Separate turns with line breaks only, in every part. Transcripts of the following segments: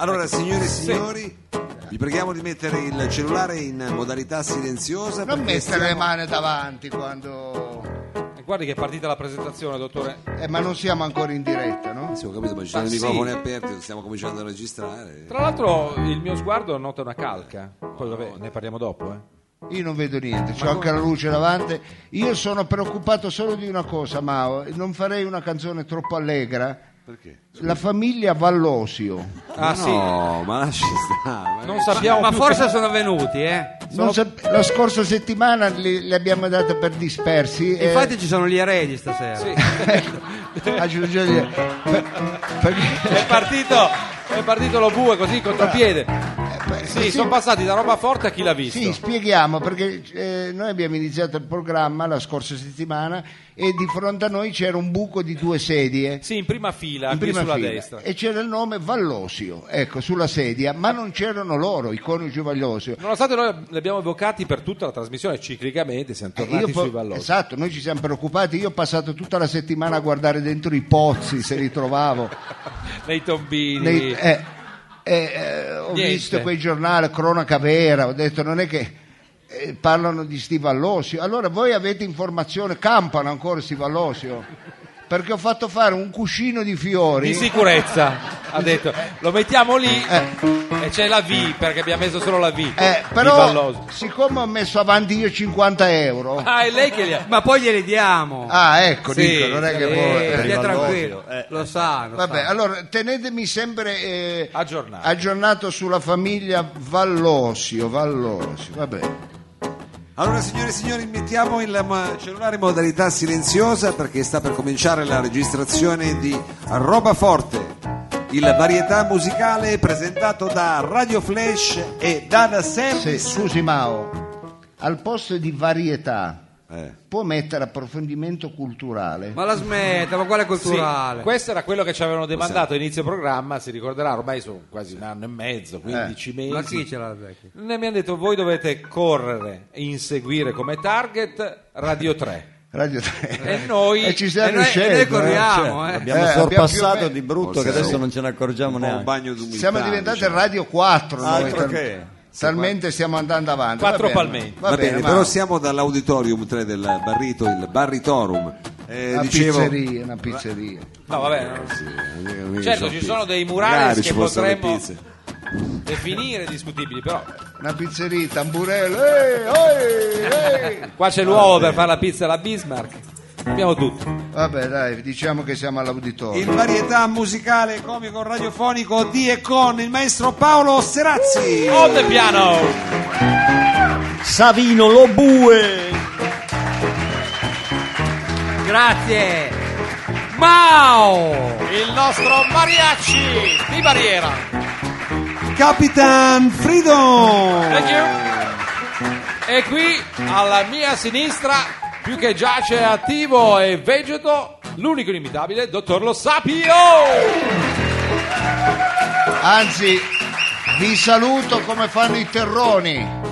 Allora, signore e signori, vi preghiamo di mettere il cellulare in modalità silenziosa.
Non
perché
mettere le
stiamo-
mani davanti quando...
E Guardi che è partita la presentazione, dottore.
Eh, ma non siamo ancora in diretta, no?
Sì, ho capito, ma ci sono
Ma
i
sì.
microfoni aperti, stiamo cominciando a registrare.
Tra l'altro il mio sguardo nota una calca. Poi vabbè, ne parliamo dopo, eh.
Io non vedo niente, c'ho anche la luce davanti. Io sono preoccupato solo di una cosa, Mao. Non farei una canzone troppo allegra.
Perché?
La famiglia Vallosio.
Ah sì.
No, ma lasci stare.
Eh,
ma-
Non sappiamo
ma
più
forse
che-
sono venuti, eh.
Non sap- la scorsa settimana li- le abbiamo date per dispersi. eh, e-
Infatti ci sono gli eredi stasera.
aggiungere- per- perché-
è partito è partito lo bue così in contropiede. Sì,
Eh, sì.
sono passati da roba forte a chi l'ha visto.
Sì, spieghiamo perché eh, noi abbiamo iniziato il programma la scorsa settimana e di fronte a noi c'era un buco di due sedie.
Sì, in prima fila,
in
qui
prima
sulla
fila,
destra.
e c'era il nome Vallosio, ecco, sulla sedia, ma non c'erano loro, i coniugi Vallosio.
Nonostante noi li abbiamo evocati per tutta la trasmissione ciclicamente, siamo tornati
Eh, Io po-
sui valori.
esatto, noi ci siamo preoccupati. Io ho passato tutta la settimana a guardare dentro i pozzi se li trovavo.
Nei tombini.
Nei- eh, eh, eh, ho
Niente.
visto quei giornali, cronaca vera, ho detto non è che eh, parlano di sti Vallosio. Allora voi avete informazione, campano ancora sti Vallosio? Perché ho fatto fare un cuscino di fiori.
Di sicurezza, ha detto. Lo mettiamo lì
Eh.
e c'è la V perché abbiamo messo solo la V.
Eh,
di
però,
Valloso.
siccome ho messo avanti io 50 euro,
Ah, è lei che li ha.
Ma poi glieli diamo.
ah, ecco,
Sì,
dico, non è che
sì.
voi-
Eh,
eh,
stia
Valloso,
tranquillo,
eh.
lo sa. lo
Vabbè,
sa.
allora tenetemi sempre eh,
Aggiornato.
aggiornato sulla famiglia Vallosio. Vallosio, vabbè.
Allora, signore e signori, mettiamo il ma- cellulare in modalità silenziosa perché sta per cominciare la registrazione di Roba Forte. Il varietà musicale presentato da Radio Flash e Dada
Se,
Service.
scusi Mao, al posto di varietà
Eh.
può mettere approfondimento culturale?
Ma la smetta, ma quale
Sì,
culturale?
questo era quello che ci avevano demandato a inizio programma, si ricorderà, ormai sono quasi un anno e mezzo, 15 mesi.
Eh. ma chi ce l'ha vecchio?
Ne mi hanno detto voi dovete correre e inseguire come target Radio 3.
Radio 3.
E noi-
ci
E
stiamo
noi, e
riuscendo.
noi
eh.
corriamo, eh. Boh.
abbiamo-
Abbiamo
Eh,
sorpassato
più o me-
di brutto
Forse
che adesso
sì.
non ce ne accorgiamo
Un po' un
neanche.
bagno d'umiltà.
Siamo diventati
diciamo.
Radio 4 noi,
Altro che.
talmente stiamo andando avanti.
Quattro
Va bene,
palmenti.
va
Va bene,
bene,
però
Mao.
siamo dall'auditorium 3 del Barrito, il Barritorum. Eh,
una
dicevo,
pizzeria, una pizzeria.
No, vabbè, no.
eh,
Certo, ci
pizze.
sono dei murales
Magari
che
ci possono le
potremmo-
pizze.
definire discutibili, però
Una pizzeria, tamburello. eh, oi, eh.
qua c'è l'uovo Oh, per fare la pizza alla Bismarck. Abbiamo tutto.
Vabbè, dai, diciamo che siamo all'auditorio.
Il varietà musicale comico radiofonico di e con il maestro Paolo Serazzi.
On the piano!
Savino lo bue.
Grazie. Mao!
il nostro mariachi di barriera.
Capitan Freedom.
Thank you. E qui alla mia sinistra, più che giace attivo e vegeto, l'unico inimitabile, dottor Lo Sapio.
Anzi, vi saluto come fanno i terroni.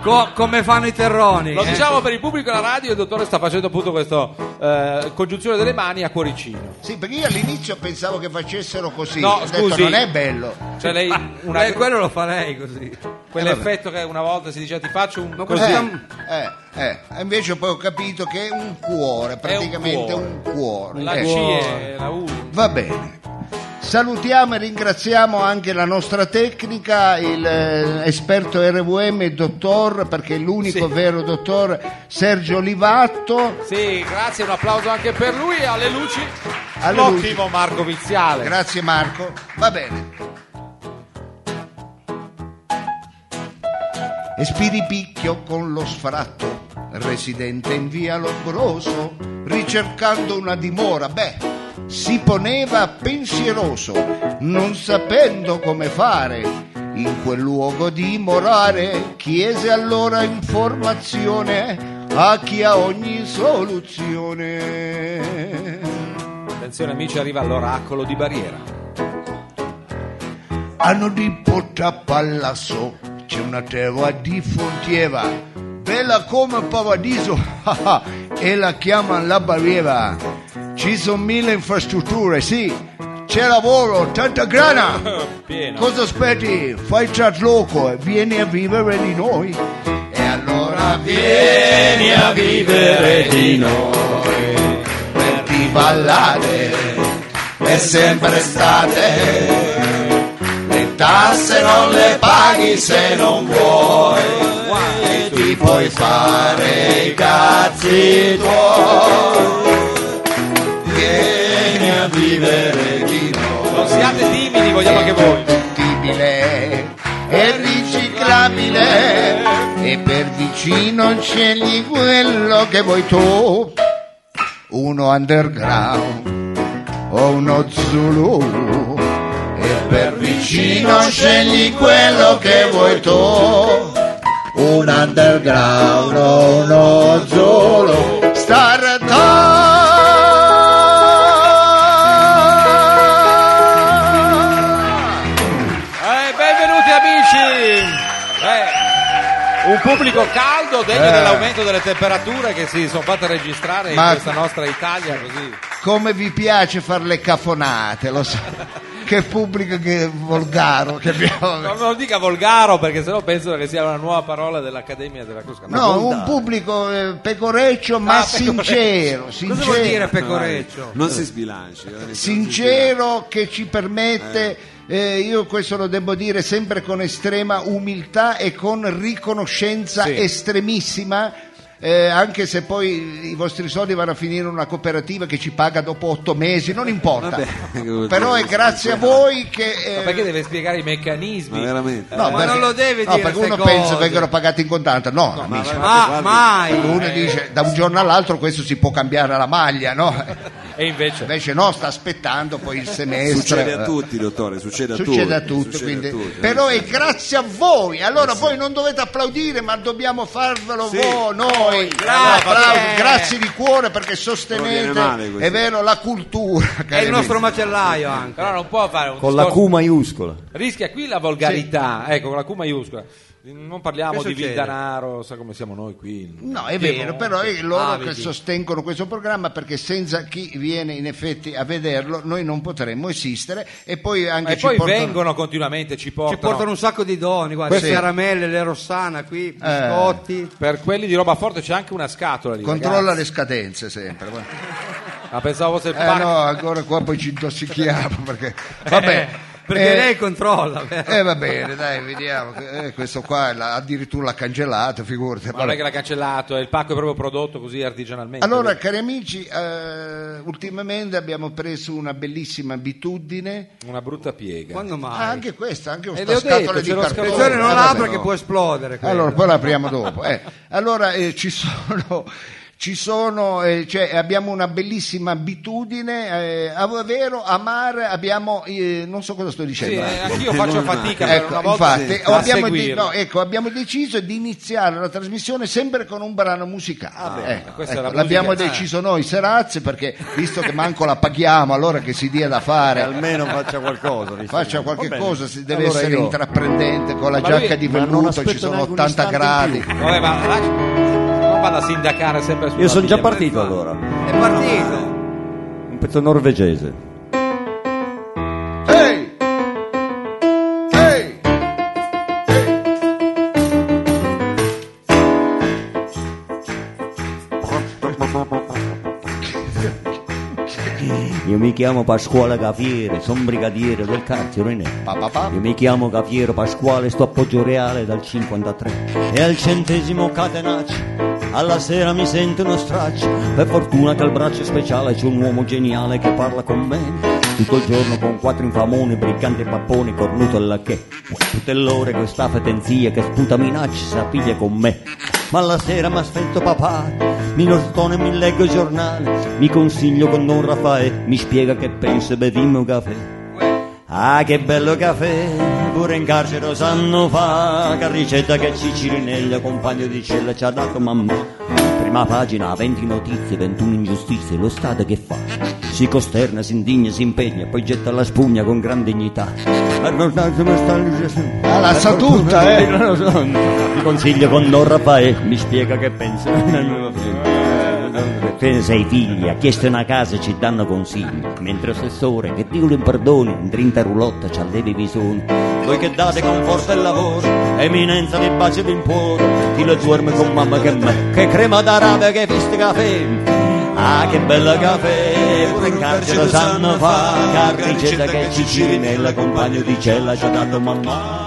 Co- come fanno i terroni?
Lo
eh?
diciamo per il pubblico e la radio, il dottore sta facendo appunto questa congiunzione delle mani a cuoricino.
Sì, perché io all'inizio pensavo che facessero così.
No,
Ho detto,
scusi.
non è bello.
Cioè lei, una-
Eh, quello lo farei così.
quell'effetto che una volta si diceva ti faccio un...
Ma
così.
questo-
Eh, eh, eh. E Invece poi ho capito che è un cuore, praticamente un cuore.
La
Eh,
C è la U.
Va bene. Salutiamo e ringraziamo anche la nostra tecnica, il eh, esperto RVM, il dottor, perché è l'unico
Sì.
vero dottor, Sergio Livatto.
Sì, grazie, un applauso anche per lui e alle luci.
Alle
l'ottimo Marco Viziale.
Grazie Marco. Va bene. E spiripicchio con lo sfratto, residente in via Lombroso, ricercando una dimora, beh, si poneva pensieroso, non sapendo come fare. In quel luogo dimorare, chiese allora informazione a chi ha ogni soluzione.
Attenzione amici, arriva l'oracolo di barriera.
A Nodipota Palazzo c'è una terra di frontiera, bella come paradiso, e la chiamano la barriera. Ci sono mille infrastrutture, sì, c'è lavoro, tanta grana.
Pieno.
Cosa aspetti? Fai il trasloco e vieni a vivere di noi. E allora vieni a vivere di noi per ballare è sempre estate. Le tasse non le paghi se non vuoi e ti puoi fare i cazzi tuoi. Vieni a vivere di noi
Non siate timidi, vogliamo anche voi.
compostibile e riciclabile e per vicino scegli quello che vuoi tu uno underground o uno zulu e per vicino scegli quello che vuoi tu un underground o uno zulu star Town.
Eh, benvenuti amici! Eh, un pubblico caldo, degno
Eh.
dell'aumento delle temperature che si sono fatte registrare in
Ma-
questa nostra Italia così.
Come vi piace fare le cafonate, lo so. Che pubblico che volgaro che
Non
abbiamo.
lo dica volgaro perché sennò penso che sia una nuova parola dell'Accademia della Crusca. Ma
No, un pubblico eh, pecoreccio ma
Ah, pecoreccio.
sincero,
Cosa vuol dire
sincero,
pecoreccio?
Non si sbilanci. eh, non si
sincero che ci permette, eh, io questo lo devo dire sempre con estrema umiltà e con riconoscenza
Sì.
estremissima, eh, anche se poi i vostri soldi vanno a finire in una cooperativa che ci paga dopo otto mesi, non importa.
Vabbè, che vuol
Però
dire,
è grazie a
sincero.
voi che... eh,
perché deve spiegare i
sbilancia. Ma
meccanismi?
veramente.
No,
Eh, ma non lo devi
no,
dire
perché
ste
uno
cose.
pensa vengono pagati in contanti. No, amici.
Ma mai.
Uno dice da un giorno all'altro questo si può cambiare la maglia, no?
E invece
Invece no, sta aspettando poi il semestre.
Succede a tutti, dottore, succede a
Succede a
tutti.
tutti,
succede
quindi-
a tutti. eh.
però è grazie a voi. Allora voi non dovete applaudire, ma dobbiamo farvelo
Sì.
voi, noi.
grazie.
Applausi, grazie di cuore perché sostenete,
Non viene male questo.
è vero, la cultura.
È
cari
il nostro
amici.
macellaio anche.
però non può fare un
Con la Q
discorso-
maiuscola.
rischia qui la volgarità, ecco, con la Q maiuscola. Non parliamo
Che
di
succede?
Vildanaro, sa come siamo noi qui.
No, è
Piemonte.
vero, però è loro
Ah,
che
vedi.
sostengono questo programma perché senza chi viene in effetti a vederlo noi non potremmo esistere e poi anche
E
ci
poi
portano-
vengono continuamente, ci portano.
Ci portano un sacco di doni, guarda,
Questo-
caramelle, le Rossana qui, biscotti.
Per quelli di roba forte c'è anche una scatola lì.
Controlla
ragazzi.
le scadenze sempre. guarda.
Ma pensavo fosse il
Eh
parco.
no, ancora qua poi ci intossichiamo perché... Vabbè,
Perché
eh,
lei controlla. vero?
eh, va bene, dai, vediamo. Eh, questo qua l'ha- addirittura l'ha cancellato, figurati.
Ma non è che l'ha cancellato, eh, il pacco è proprio prodotto così artigianalmente.
Allora, cari amici, eh, ultimamente abbiamo preso una bellissima abitudine.
Una brutta piega.
Quando mai?
Ah, anche questa, anche
Eh,
questa
le ho
scatola
detto,
di
ce l'ho
cartone.
scritto.
Attenzione, non
Eh,
la
vabbè,
apra
no.
che può esplodere. quella.
Allora, poi la apriamo dopo. eh. Allora, eh, ci sono, ci sono eh, cioè, abbiamo una bellissima abitudine, eh, a vero, amare, abbiamo, eh, non so cosa sto
Sì,
dicendo.
eh, anch'io faccio fatica per
Ecco,
una volta
infatti,
a
abbiamo, di-
seguirlo.
no, ecco, abbiamo deciso di iniziare la trasmissione sempre con un brano
Ah,
musicale. Ecco,
questa è
ecco,
la
l'abbiamo
musica.
deciso noi, Serazzi, perché visto che manco la paghiamo, allora che si dia da
Che
fare.
almeno faccia qualcosa. dice.
Faccia qualche
Va bene.
cosa, si deve
Allora
essere
io-
intraprendente con la
Ma
giacca
lui-
di
ma non
velluto,
aspetto
ci sono
neanche un
80
istante
gradi.
in più.
Vabbè, ma lasci- non vado a sindacare sempre su.
Io sono già partito allora. Un
È partito.
pezzo norvegese.
Ehi! Ehi!
Io mi chiamo Pasquale Gafiere, sono brigadiere del carcerone.
Pa, pa, pa.
Io mi chiamo Gafiero Pasquale, sto a Poggio Reale dal 53 e al centesimo catenaccio. Alla sera mi sento uno straccio, per fortuna che al braccio speciale c'è un uomo geniale che parla con me. Tutto il giorno con quattro infamoni, briganti e papponi, cornuto e lacchè. Tutte l'ore questa fetenzia che sputa minacce s'appiglia con me. Ma alla sera mi aspetto papà, mi nortone e mi leggo i giornali, mi consiglio con Don Raffaele, mi spiega che pensa e bevimmo un caffè. Ah che bello caffè, pure in carcere lo sanno fa, che ricetta che Cicirinella, compagno di cella, ci ha dato mamma. Prima pagina, 20 notizie, 21 ingiustizie, lo Stato che fa? Si costerna, si indigna, si impegna, poi getta la spugna con gran dignità. Arrortarsi per stare Gesù.
Ah, la sa
Per
tutta,
fortuna-
eh.
Non lo so. Ti consiglio con Don Raffaele, mi spiega che pensa. te sei figli, ha chiesto una casa e ci danno consigli. Mentre assessore, che Dio lo perdoni, in drinta rulotta ci allevi i bisogni. Voi che date conforto e lavoro, eminenza di pace e di impuore, chi lo duerme con mamma che me, che crema d'arabe che viste caffè. Ah che bella caffè, pure in carcere lo sanno fa, carricetta che ci cirinella, compagno di cella ci ha dato mamma.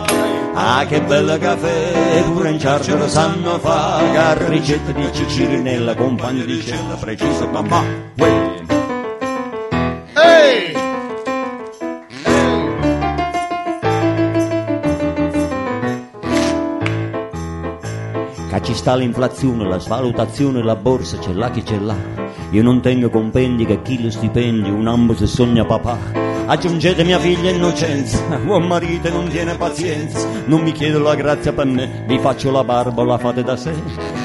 Ah che bella caffè, pure in carcere lo sanno fa, carricetta di Cicirinella, compagno di cella, preciso mamma. Uè. eh.
Ehi!
Che ci sta l'inflazione, la svalutazione, la borsa, c'è là chi c'è là. Io non tengo compendi che chi lo stipendio, un ambo se sogna papà. Aggiungete mia figlia innocenza, buon marito non tiene pazienza, non mi chiedo la grazia per me, vi faccio la barba, la fate da sé.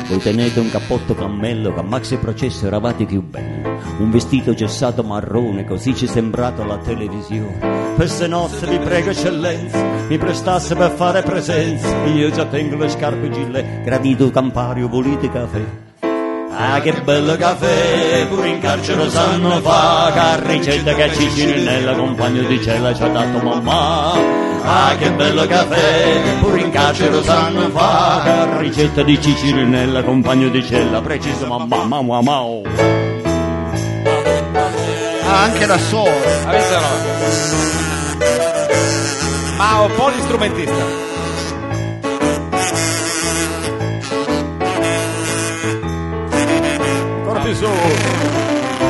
Voi tenete un cappotto cammello, che a maxi processo eravate più belli, un vestito gessato marrone, così ci è sembrato alla televisione. Queste nozze vi prego eccellenza, mi prestasse per fare presenza, io già tengo le scarpe gille, gradito campario, volete caffè? Ah che bello caffè, pure in carcere lo sanno fa, carricetta che ci Cirinella, compagno di cella ci ha dato mamma. Ah che bello caffè, pure in carcere lo sanno fa, carricetta di Cicirinella, compagno di cella, preciso mamma, mamma, oh. mamma.
Ah, anche la sola.
Avete ragione. Ma un po' di strumentista. Ancora più su.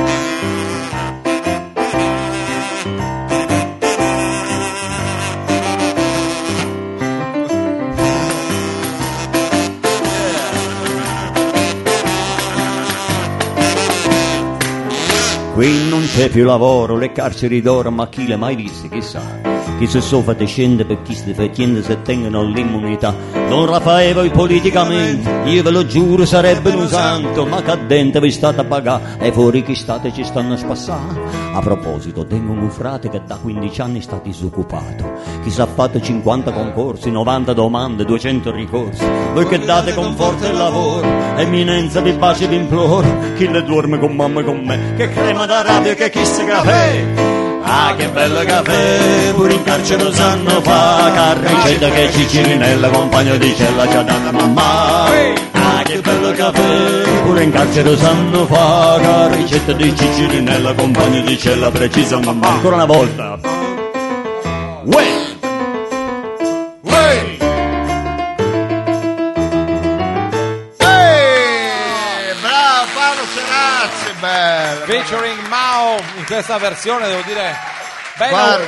Qui non c'è più lavoro, le carceri d'oro, ma chi le ha mai viste, chissà. Chi se soffa scende per chi si difende se tengono l'immunità. Don Raffaele voi politicamente, io ve lo giuro sarebbe un santo, ma cadente vi state a pagare e fuori chi state ci stanno a spassare. A proposito, tengo un frate che da 15 anni sta disoccupato. Chi sa ha fatto 50 concorsi, 90 domande, 200 ricorsi. Voi che date conforto e lavoro, eminenza vi baci e vi imploro. Chi le duerme con mamma e con me, che crema da radio e che chissà caffè. Ah che bello caffè, pure in carcere lo sanno fa, carricetta che Cicirinella, compagno di cella ci ha dato mamma. Ah che bello caffè, pure in carcere lo sanno fa, carricetta di Cicirinella, compagno di cella precisa mamma. Ancora una volta. Uè!
Ehi! Ehi! Bravo Paolo Serazzi, bello.
Featuring Mao in questa versione, devo dire. Bello.
Guardi,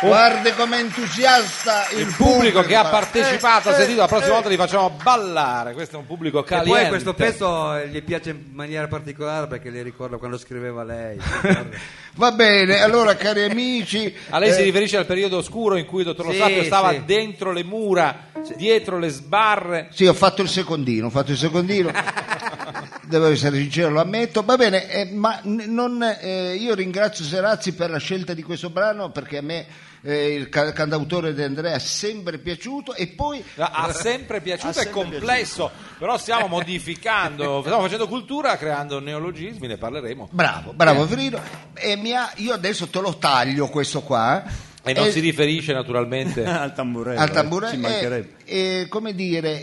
guardi come entusiasta il,
Uh. Il pubblico che ha partecipato, ha
Eh,
sentito, la prossima volta li facciamo ballare. Questo è un pubblico
E
caliente.
poi questo pezzo eh, gli piace in maniera particolare perché le ricordo quando scriveva lei.
Va bene, allora cari amici, eh,
A lei si riferisce al periodo oscuro in cui il dottor Lo
Sì,
Sapio stava
sì.
dentro le mura, dietro le sbarre.
Sì, ho fatto il secondino, ho fatto il secondino. Devo essere sincero, lo ammetto. Va bene, eh, ma n- non, eh, io ringrazio Serazzi per la scelta di questo brano perché a me eh, il ca- cantautore di Andrea è sempre piaciuto e poi
Ha sempre piaciuto, è complesso, però stiamo modificando, stiamo facendo cultura, creando neologismi, ne parleremo.
bravo,
Eh.
bravo Frino e mi ha- io adesso te lo taglio questo qua eh.
E non si riferisce naturalmente.
Al tamburello. eh,
al tamburo
Ci
e,
eh,
mancherebbe.
e, come dire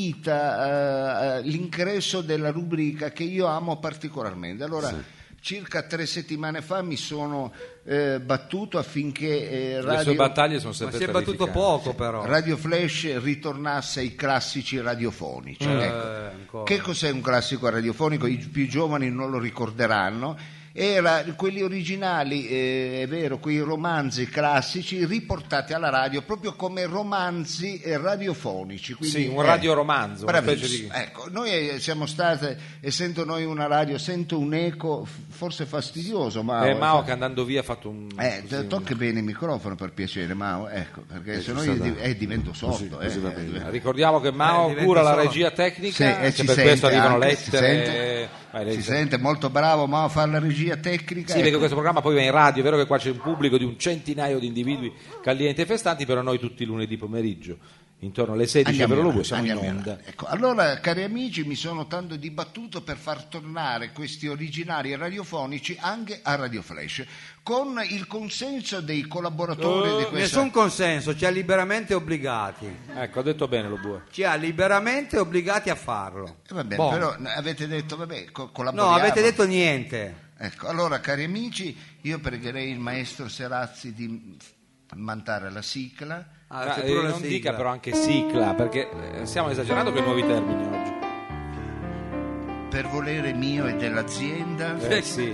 invita eh, eh, l'ingresso della rubrica che io amo particolarmente allora circa tre settimane fa mi sono eh, battuto affinché eh,
Le sue
radio,
battaglie sono
Ma
sempre
si è battuto
terrificanti.
poco però.
Radio Flash ritornasse ai classici radiofonici ecco.
Eh, ancora.
Che cos'è un classico radiofonico? I più giovani non lo ricorderanno. Era quelli originali, eh, è vero, quei romanzi classici riportati alla radio proprio come romanzi eh, radiofonici. Quindi,
Sì, un
eh,
radioromanzo, una specie
bravissimo.
di-
Ecco, noi eh, siamo state, essendo noi una radio, sento un eco f- forse fastidioso, ma...
Eh, Mao che andando via ha fatto un...
Eh,
così, un-
tocca bene il microfono per piacere, Mao, ecco, perché sennò io div- eh, divento sotto. eh, eh,
Ricordiamo che Mao
Eh, diventa
cura la
solo-
regia
Sì,
tecnica,
e
che
si
per
sente
questo arrivano
anche, Si
lettere.
sente,
Vai, lei
Si
sa.
sente molto bravo, ma a fare la regia tecnica.
Sì, perché
ecco.
questo programma poi va in radio, è vero che qua c'è un pubblico di un centinaio di individui calienti e festanti, però noi tutti i lunedì pomeriggio
intorno alle 16
Andiamo
per lo
avanti,
siamo in
andiamo
onda.
avanti. Ecco, allora, cari amici, mi sono tanto dibattuto per far tornare questi originari radiofonici anche a Radio Flash, con il consenso dei collaboratori di questa...
Nessun consenso, ci ha liberamente obbligati.
Ecco, ho detto bene lo bue.
Ci ha liberamente obbligati a farlo.
Eh, vabbè,
Boh.
però no, avete detto, vabbè, co-
No,
collaboriamo.
avete detto niente.
Ecco, allora, cari amici, io pregherei il maestro Serazzi di mantare la sigla.
Ah,
Ma,
c'è
eh,
pure la
non
sigla.
dica però anche cicla, perché eh, stiamo esagerando con i nuovi termini oggi.
Per volere mio e dell'azienda,
Eh sì.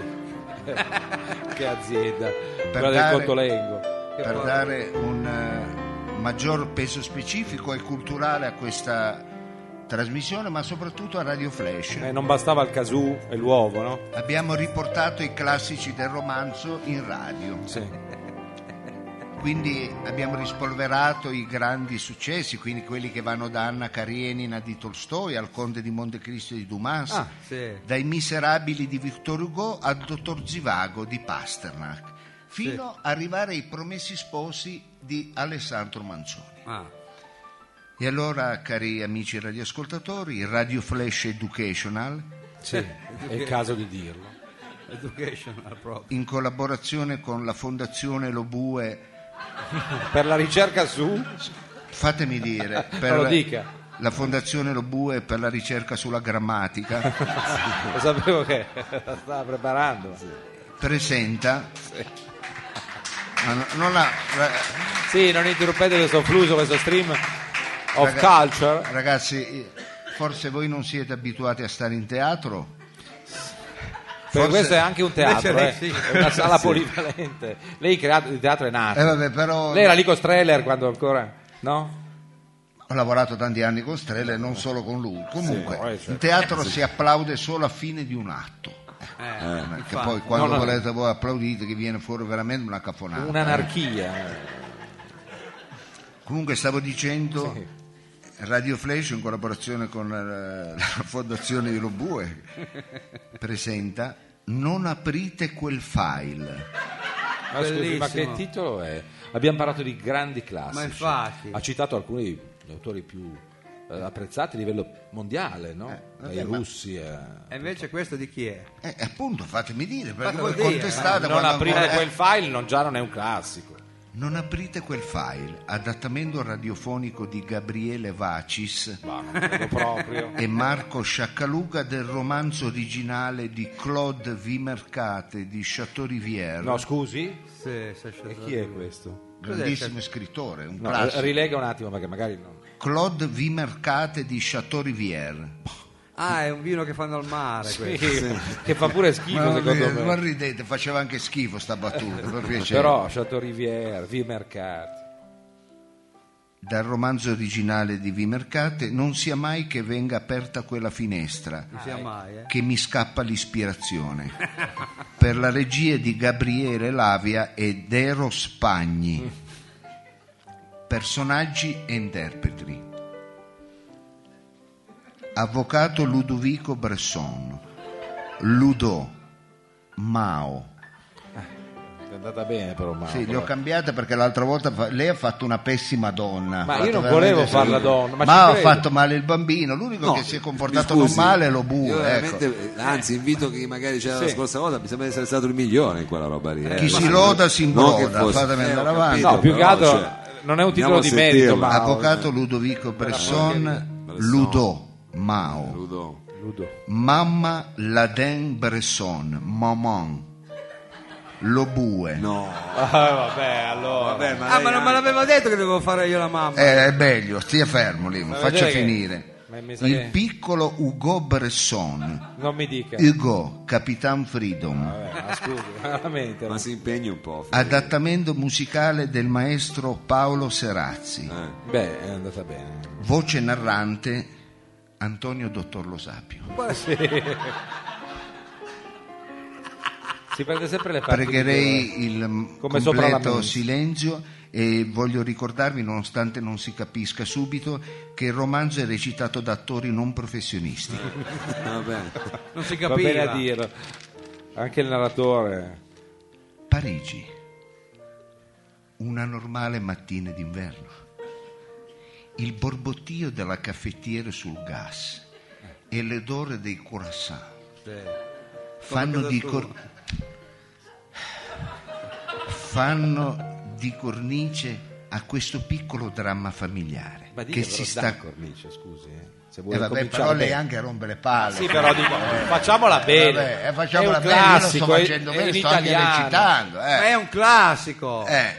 che azienda. Quella del
dare-
Cotolengo.
per dare un eh, maggior peso specifico e culturale a questa trasmissione, ma soprattutto a Radio Flash.
Eh, non bastava il casù e l'uovo, no?
Abbiamo riportato i classici del romanzo in radio,
Sì.
quindi abbiamo rispolverato i grandi successi, quindi quelli che vanno da Anna Karenina di Tolstoi al Conte di Montecristo di Dumas,
Ah, sì.
dai Miserabili di Victor Hugo al Dottor Zivago di Pasternak, fino ad arrivare ai Promessi Sposi di Alessandro Manzoni.
Ah,
E allora, cari amici radioascoltatori, Radio Flash Educational,
Sì, è il caso di dirlo.
educational proprio.
in collaborazione con la Fondazione Lobue,
Per la ricerca su
fatemi dire,
Non lo dica.
la Fondazione Lobue per la ricerca sulla grammatica,
lo sapevo che la stava preparando.
presenta... Ma no- non ha-
Sì, non interrompete questo flusso, questo stream of
raga-
culture.
Ragazzi, eh, forse voi non siete abituati a stare in teatro,
Perché questo è anche un teatro,
Invece
eh.
lei sì.
è una sala polivalente. Lei creato di teatro è nato.
Eh, vabbè, però-
Lei era lì con Streller quando ancora, no?
ho lavorato tanti anni con Strella e non solo con lui. Comunque,
no, eh, certo.
in teatro si applaude solo a fine di un atto.
Eh,
Che
infatti.
poi quando
No, no.
volete voi applaudite che viene fuori veramente una cafonata. Eh,
Un'anarchia.
Comunque stavo dicendo Radio Flash in collaborazione con eh, la Fondazione di Robue presenta Non aprite quel file.
Ma, scusi, ma che
Bellissimo.
titolo è? Abbiamo parlato di grandi classici.
Ma infatti.
Ha citato alcuni degli autori più eh, apprezzati a livello mondiale, no? Dai russi a-
E invece questo di chi è?
Eh, appunto, fatemi dire, perché
Fatelo
voi
dire,
contestate
non
quando
aprire
ancora- eh,
quel file non già non è un classico
Non aprite quel file, adattamento radiofonico di Gabriele Vacis
ma non credo proprio
e Marco Sciaccaluga del romanzo originale di Claude Vimercate di Chateaubrivière.
no scusi
Sì, sì, sì,
e
sì.
chi è questo?
grandissimo scrittore, un
No, eh,
classico.
rilega un attimo perché magari non
Claude Vimercate di Chateaubrivière.
Ah, è un vino che fanno al mare questo.
che fa pure schifo
Ma non,
secondo
ridete,
me
non ridete, faceva anche schifo sta battuta, per piacere.
però Chateaubrivière Vimercati
Dal romanzo originale di Vimercate, non sia mai che venga aperta quella finestra,
Non sia mai, eh.
che mi scappa l'ispirazione. per la regia di Gabriele Lavia ed Ero Spagni. Personaggi e interpreti. Avvocato Ludovico Bresson, Ludo, Mao.
è andata bene però ma,
Sì, le ho cambiate perché l'altra volta fa- lei ha fatto una pessima donna.
Ma
Ha fatto
io non
veramente
volevo farla
schifo.
donna, ma
Ma,
ci
ha
credo.
fatto male il bambino. L'unico
No,
che si è
mi
comportato non
scusi,
male è lo
io
bue.
veramente,
ecco.
eh, Anzi, invito chi magari c'era la
Sì.
scorsa volta, mi sembra di essere stato il migliore in quella roba lì. eh.
Chi
Ma-
si loda si imbroda,
non che fosse- Eh,
fatemi
ho
andare avanti.
no più che
però,
altro
cioè,
non è un
andiamo
titolo
a
di
sentirlo. Ah,
merito ma
Avvocato Ludovico Bresson,
Bresson.
Ludo, Mao.
Ludo.
Ludo.
Mamma Laden Bresson, Maman. Lo bue.
No,
ah, vabbè allora
vabbè, ma,
Ah,
lei
ma non me
anche-
l'aveva detto che dovevo fare io la mamma.
Eh, è meglio, stia fermo lì,
Ma
faccia
vedete che-
finire.
ma mi sa
Il
che-
piccolo Ugo Bresson,
non mi dica
Hugo, Capitan Freedom.
Ah, Vabbè, ma scusi veramente
ma si impegni un po'.
Ah,
Fede.
Adattamento musicale del maestro Paolo Serazzi.
Ah.
Eh.
beh è andata bene
Voce narrante Antonio Dottor Lo Sapio.
si prende sempre le parti eh.
Pregherei il
Come sopra la
completo
mensa.
silenzio e voglio ricordarvi, nonostante non si capisca subito, che il romanzo è recitato da attori non professionisti.
Vabbè.
Non si
Eh, Va bene a
capiva.
dirlo. Anche il narratore.
Parigi, una normale mattina d'inverno. il borbottio della caffettiera sul gas e l'odore dei croissant fanno
casa
di,
tua.
cor- fanno di cornice a questo piccolo dramma familiare
Ma
che si sta...
sta cornice, scusi. eh. Se
E
vuole
vabbè,
cominciare
però lei
bene.
anche rompe le palle.
Sì, però dico, facciamola
Eh,
bene.
vabbè, eh,
È
facciamola
un
bene, io lo sto
classico, è-
facendo
è
bene,
in
sto
italiano.
anche recitando.
Ma è
Eh.
un classico.
Eh.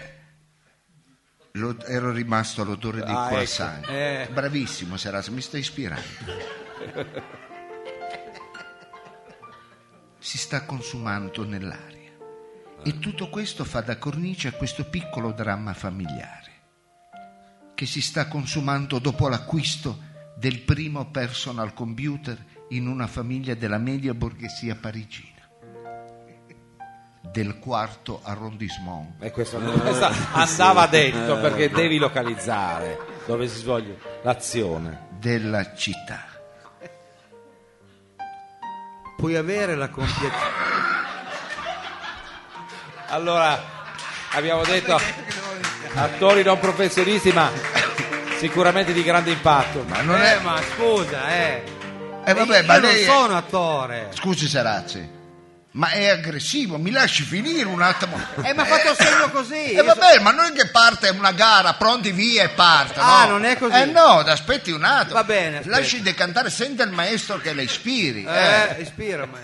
Lo- ero rimasto all'odore dei
Ah,
croissant.
ecco, eh.
Bravissimo, Serasa, mi sta ispirando. si sta consumando nell'aria. E tutto questo fa da cornice a questo piccolo dramma familiare che si sta consumando dopo l'acquisto del primo personal computer in una famiglia della media borghesia parigina, del quarto arrondissement
E Eh, questo questa andava detto perché devi localizzare dove si svolge l'azione.
della città.
Puoi avere la compiacenza.
Allora, abbiamo detto attori non professionisti, ma sicuramente di grande impatto.
Ma non
Eh,
è...
ma scusa, eh.
Eh, vabbè,
io
ma
non
lei è-
sono attore.
Scusi Sarazzi, ma è aggressivo, mi lasci finire un attimo.
Eh, ma ha fatto segno così.
E vabbè, ma non è che parte una gara, pronti via e parta.
Ah,
no?
non è così.
Eh no, aspetti un attimo.
Va bene, aspetta.
Lasci decantare, senta il maestro che la ispiri. Eh.
Eh, ispira, ma...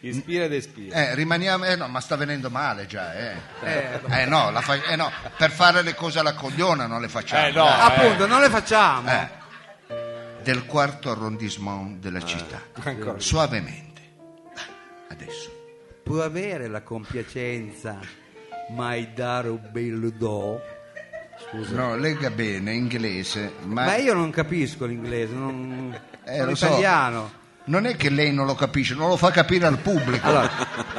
Ispira ed espira.
Eh, rimaniamo, eh no, ma sta venendo male già, eh.
Eh.
Eh, no, la fa- eh, no, per fare le cose alla cogliona non le facciamo.
Eh, no.
dai.
Appunto, non le facciamo.
Eh. Del quarto arrondissement della città.
Eh,
ancora.
Suavemente. Dai, Adesso.
Puoi avere la compiacenza, mai dare un bello do.
No, legga bene inglese, ma,
Ma io non capisco l'inglese, non...
Eh,
sono
lo so.
italiano.
non è che lei non lo capisce, non lo fa capire al pubblico.
Allora,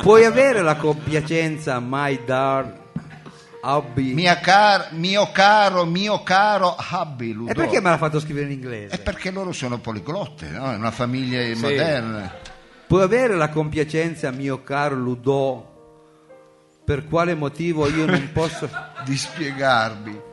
puoi avere la compiacenza, mai dar hobby.
Mia car- mio caro, mio caro Habbi Ludo.
E perché me l'ha fatto scrivere in inglese?
È perché loro sono poliglotte, no? È una famiglia moderna.
Puoi avere la compiacenza, mio caro Ludò, per quale motivo io non posso...
Di spiegarvi.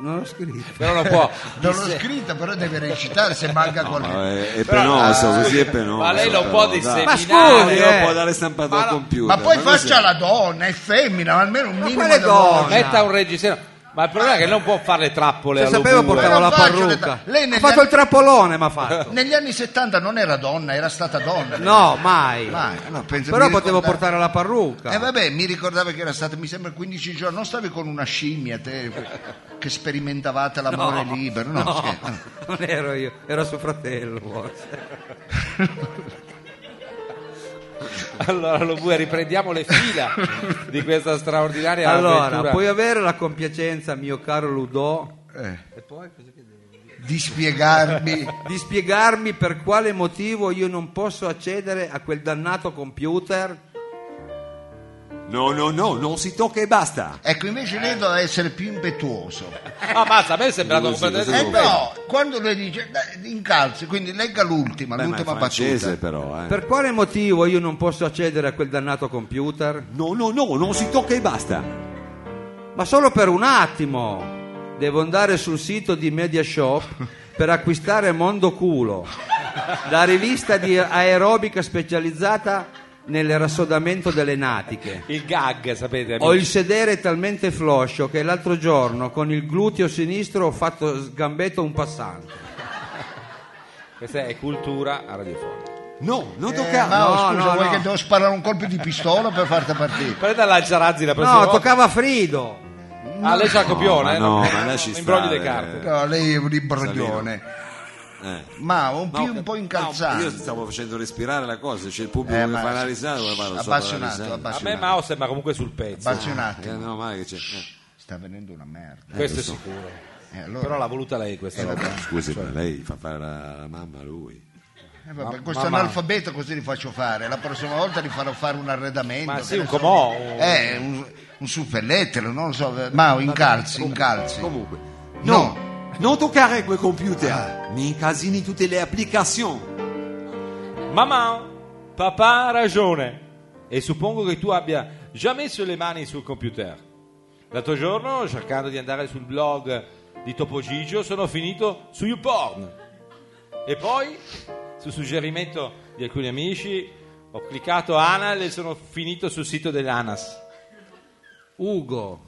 Non l'ho scritto.
Però non può.
Non l'ho scritta, però deve recitare se manca qualcosa.
Ma è, è penoso,
Ah,
così è penoso.
Ma lei lo
però,
può
dai.
disseminare.
Ma scusi,
Lei lo
eh.
può dare stampato
Ma
al
no,
computer.
Ma poi
cos'è?
faccia la donna, è femmina, ma almeno un minimo
quale
di
donna?
donna.
Metta un reggiseno. Ma il problema è che non può fare le trappole
Se
allo
sapevo
bue.
portavo
Ma
la
non faccio le
parrucca.
ta- lei negli
ha fatto
anni-
il trappolone, mi ha fatto.
Negli anni 70 non era donna, era stata donna.
No, mai.
Mai, allora penso-
Però
mi
potevo
ricordavo-
portare la parrucca.
E Eh, vabbè, mi ricordava che era stato, mi sembra, 15 giorni. Non stavi con una scimmia te che sperimentavate l'amore libero, no? scherzo.
non ero io, era suo fratello forse.
Allora, lo bue, riprendiamo le fila di questa straordinaria
Allora,
avventura.
puoi avere la compiacenza, mio caro Ludò,
Eh. Di spiegarmi.
di spiegarmi per quale motivo io non posso accedere a quel dannato computer?
No, no, no, non si tocca e basta.
Ecco, invece lei doveva essere più impetuoso.
Eh,
Ah, mazza, a me è sembrato
Scusi,
completamente...
Eh
Sì.
no, quando lui dice dai, incalzi, quindi legga l'ultima,
Beh, ma è
l'ultima
francese
battuta.
però, eh.
Per quale motivo io non posso accedere a quel dannato computer?
No, no, no, non si tocca e basta.
Ma solo per un attimo. Devo andare sul sito di Mediashop per acquistare Mondo Culo, la rivista di aerobica specializzata nell'rassodamento delle natiche.
Il gag, sapete.
Ho il
amici.
sedere talmente floscio che l'altro giorno con il gluteo sinistro ho fatto sgambetto un passante.
Questa è cultura a radiofonia.
No, non
Eh,
tocca.
ma
No,
scusa,
no,
vuoi
no.
che devo sparare un colpo di pistola per farti partire?
Prenda la Giarazzi la prossima
No,
volta.
toccava Frido.
Ah, lei c'ha il copione,
ma
eh?
no,
non-
ma lasci
non imbrogli le
stare.
carte.
No, lei è un imbroglione.
Eh.
Ma un, più,
No,
un po'
no,
incalzante.
io stavo facendo respirare la cosa, c'è il pubblico
Eh,
che
ma-
fa la risata, ma vado sopra
abbassionato,
la risata.
abbassionato.
A me Mao sembra comunque sul pezzo.
Baci un attimo.
Eh, no, male che c'è. eh.
Sta venendo una merda.
Questo è sicuro.
Eh, allora-
Però l'ha voluta lei
Eh,
questa roba.
Scusi,
Cioè.
ma lei fa fare la, la mamma a lui.
Eh, vabbè,
Ma-
questo
mamma.
analfabeto così li faccio fare? La prossima volta li farò fare un arredamento.
Ma
che
sì,
ne
un
so.
comò, un-
Eh, un, un superlettero, non lo so. Ma incalzi, incalzi.
Comunque.
No.
Non toccare quel computer. Mi incasini tutte le applicazioni.
Mamma, papà ha ragione. E suppongo che tu abbia già messo le mani sul computer. L'altro giorno, cercando di andare sul blog di Topo Gigio sono finito su YouPorn. E poi, su suggerimento di alcuni amici, ho cliccato Anal e sono finito sul sito dell'ANAS.
Ugo,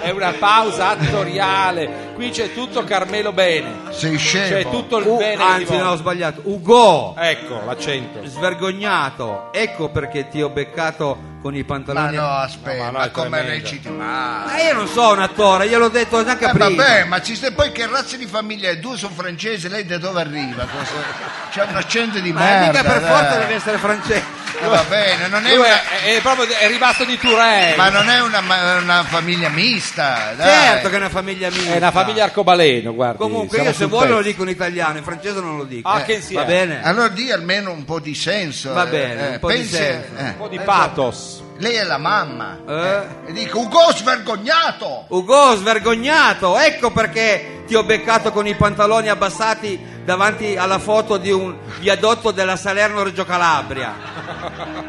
È una pausa attoriale. Qui c'è tutto Carmelo Bene.
Sei scemo.
C'è Cioè, tutto il
Uh,
U-
bene. di
anzi
voi.
no, ho sbagliato, Ugo,
Ecco l'accento.
svergognato, ecco perché ti ho beccato con i
Ma
pantaloni.
no, aspetta,
No, ma
ma,
no, è
come
tremendo.
reciti male?
Ma io non sono un attore, gliel'ho detto anche
Eh,
prima.
vabbè, ma ci stai poi che razza di famiglia è? Due sono francesi, lei da dove arriva? Cosa- C'è un accento di
Ma
merda.
mica per
dai.
forza deve essere francese.
Eh, Va bene, non è
Lui
una,
è, è proprio è rimasto di Touré.
ma non è una, ma- una famiglia mista. Dai.
Certo che è una famiglia mia.
È una famiglia arcobaleno, guarda.
Comunque io se vuoi lo dico in italiano, in francese non lo dico. Eh,
Ah, che insieme.
Va bene?
Allora di almeno un po' di senso.
Va
eh,
bene,
eh,
un po' di
pensi-
senso.
eh,
Un po' di
eh,
pathos.
Lei è la mamma.
Eh.
E dico, Ugo svergognato!
Ugo svergognato, ecco perché ti ho beccato con i pantaloni abbassati davanti alla foto di un viadotto della Salerno Reggio Calabria.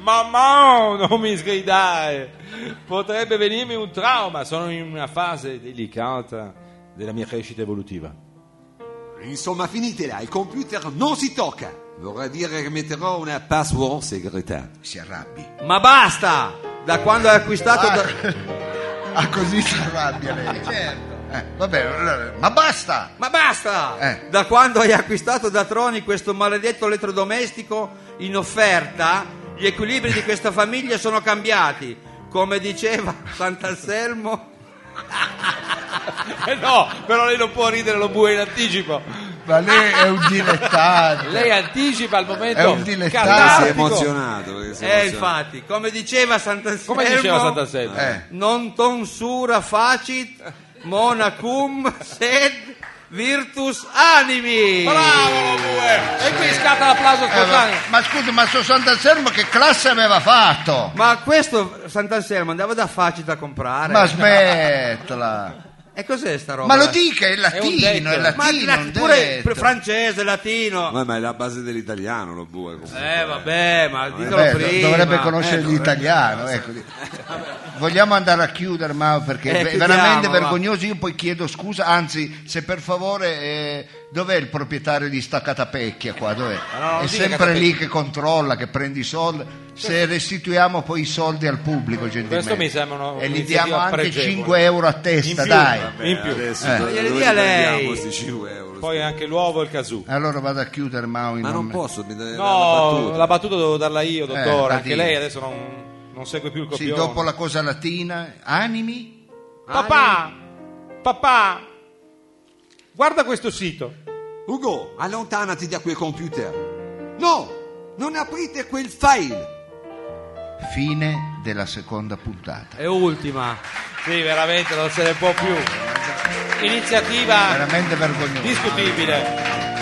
Mamma, non mi sgridare! Potrebbe venirmi un trauma, sono in una fase delicata della mia crescita evolutiva.
Insomma, finitela, il computer non si tocca. Vorrà dire che metterò una password segreta.
Si arrabbi.
Ma basta! Da quando hai acquistato da-
Ah, così si arrabbia lei. certo. vabbè, allora, ma basta!
Ma basta!
Eh.
Da quando hai acquistato da Troni questo maledetto elettrodomestico in offerta, gli equilibri di questa famiglia sono cambiati. Come diceva Sant'Anselmo,
Eh no, però lei non può ridere lo bue in anticipo.
Ma lei è un dilettante.
Lei anticipa il momento.
È un dilettante.
Si è
catartico.
emozionato. perché si è
eh
emozionato.
infatti, come diceva Sant'Anselmo,
Come diceva Sant'Anselmo?
Eh.
non tonsura facit monacum sed virtus animi.
Bravo lo bue! E qui scatta l'applauso
Eh, ma,
spontaneo.
ma scusi, ma su Sant'Anselmo che classe aveva fatto?
Ma questo Sant'Anselmo andava da facit a comprare.
Ma smettila.
E cos'è sta roba?
Ma lo dica, è
un detto.
latino, è
Ma
latino,
la-
un
pure
detto.
francese, latino.
Ma, ma è la base dell'italiano, lo bue. comunque.
Eh vabbè, ma ditelo
Beh, do-
prima.
dovrebbe conoscere
Eh, dovrebbe-
l'italiano. ecco. Vogliamo andare a chiudere, ma perché
Eh,
è ve-
chiudiamo,
veramente
va.
vergognoso. Io poi chiedo scusa, anzi, se per favore, eh, dov'è il proprietario di sta Catapecchia qua? Dov'è?
no, non
è
dica
sempre
Catapecchia.
lì che controlla, che prende i soldi. Se restituiamo poi i soldi al pubblico, gentilmente.
mi sembra una-
E gli
un'iniziativa
diamo anche
pregevole.
5 euro a testa,
In più,
dai.
Beh,
in più.
Adesso
Eh.
dove-
Glieli
dove
dia
li prendiamo
lei.
questi 5 euro?
Poi anche l'uovo e il casù.
Allora vado a chiudere, Mau. in
Ma non
nome-
posso, mi
Eh,
dai la
No,
battuta.
la battuta dovevo darla io, dottore.
la
anche
dica.
lei adesso non, non segue più il
Sì,
copione.
dopo la Ah, cosa latina, animi.
Papà! Papà! Guarda questo sito.
Ugo, allontanati da quel computer. No, non aprite quel file.
Fine della seconda puntata.
È ultima.
Sì, veramente non se ne può più. Iniziativa
veramente vergognoso
discutibile.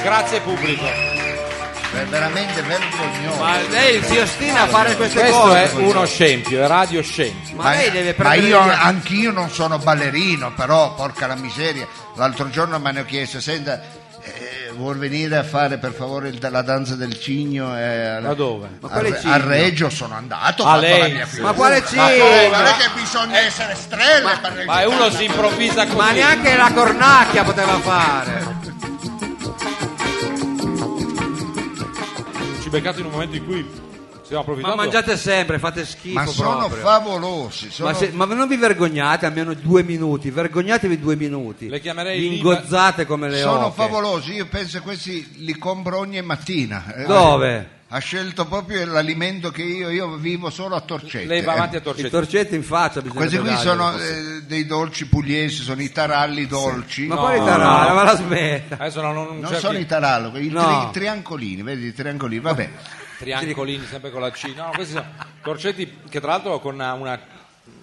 Grazie pubblico.
Ver- veramente vergognoso
Ma lei si ostina a fare queste
Questo
cose.
è uno scempio, è radio scempio.
Ma lei deve
ma
prendere
io
le-
anch'io non sono ballerino però porca la miseria l'altro giorno mi hanno chiesto senta eh, vuol venire a fare per favore il- la danza del cigno eh,
Ma dove?
Ma
a,
quale
Re-
cigno?
a Reggio sono andato ho
Ah,
fatto la
lei,
mia
sì.
figura.
Ma Eh, quale cigno?
come? non è che bisogna essere strelle per
Ma è
recitare.
uno si improvvisa così.
Ma neanche la cornacchia poteva fare.
Ci beccato in un momento in cui stiamo
Ma
approfittando.
mangiate sempre, fate schifo
ma sono
proprio.
favolosi sono-
Ma, se- ma non vi vergognate almeno due minuti, vergognatevi due minuti.
Le chiamerei
Vi
Liva-
ingozzate come le
sono
oche.
favolosi io penso che questi li compro ogni mattina Eh,
Dove?
ha scelto proprio l'alimento che io io vivo solo a torcette
Lei va avanti a
Il
torcere.
torcetto in faccia bisogna
Questi qui
darglielo.
sono eh, dei dolci pugliesi, sono i taralli dolci.
Ma
No,
quale tarara? Ma la smetta.
Adesso non, non,
non
cerchi
sono i taralli, i, tri-
No.
i triancolini, vedi i triancolini, vabbè.
triancolini sempre con la C. No, questi sono torcetti che tra l'altro con una, una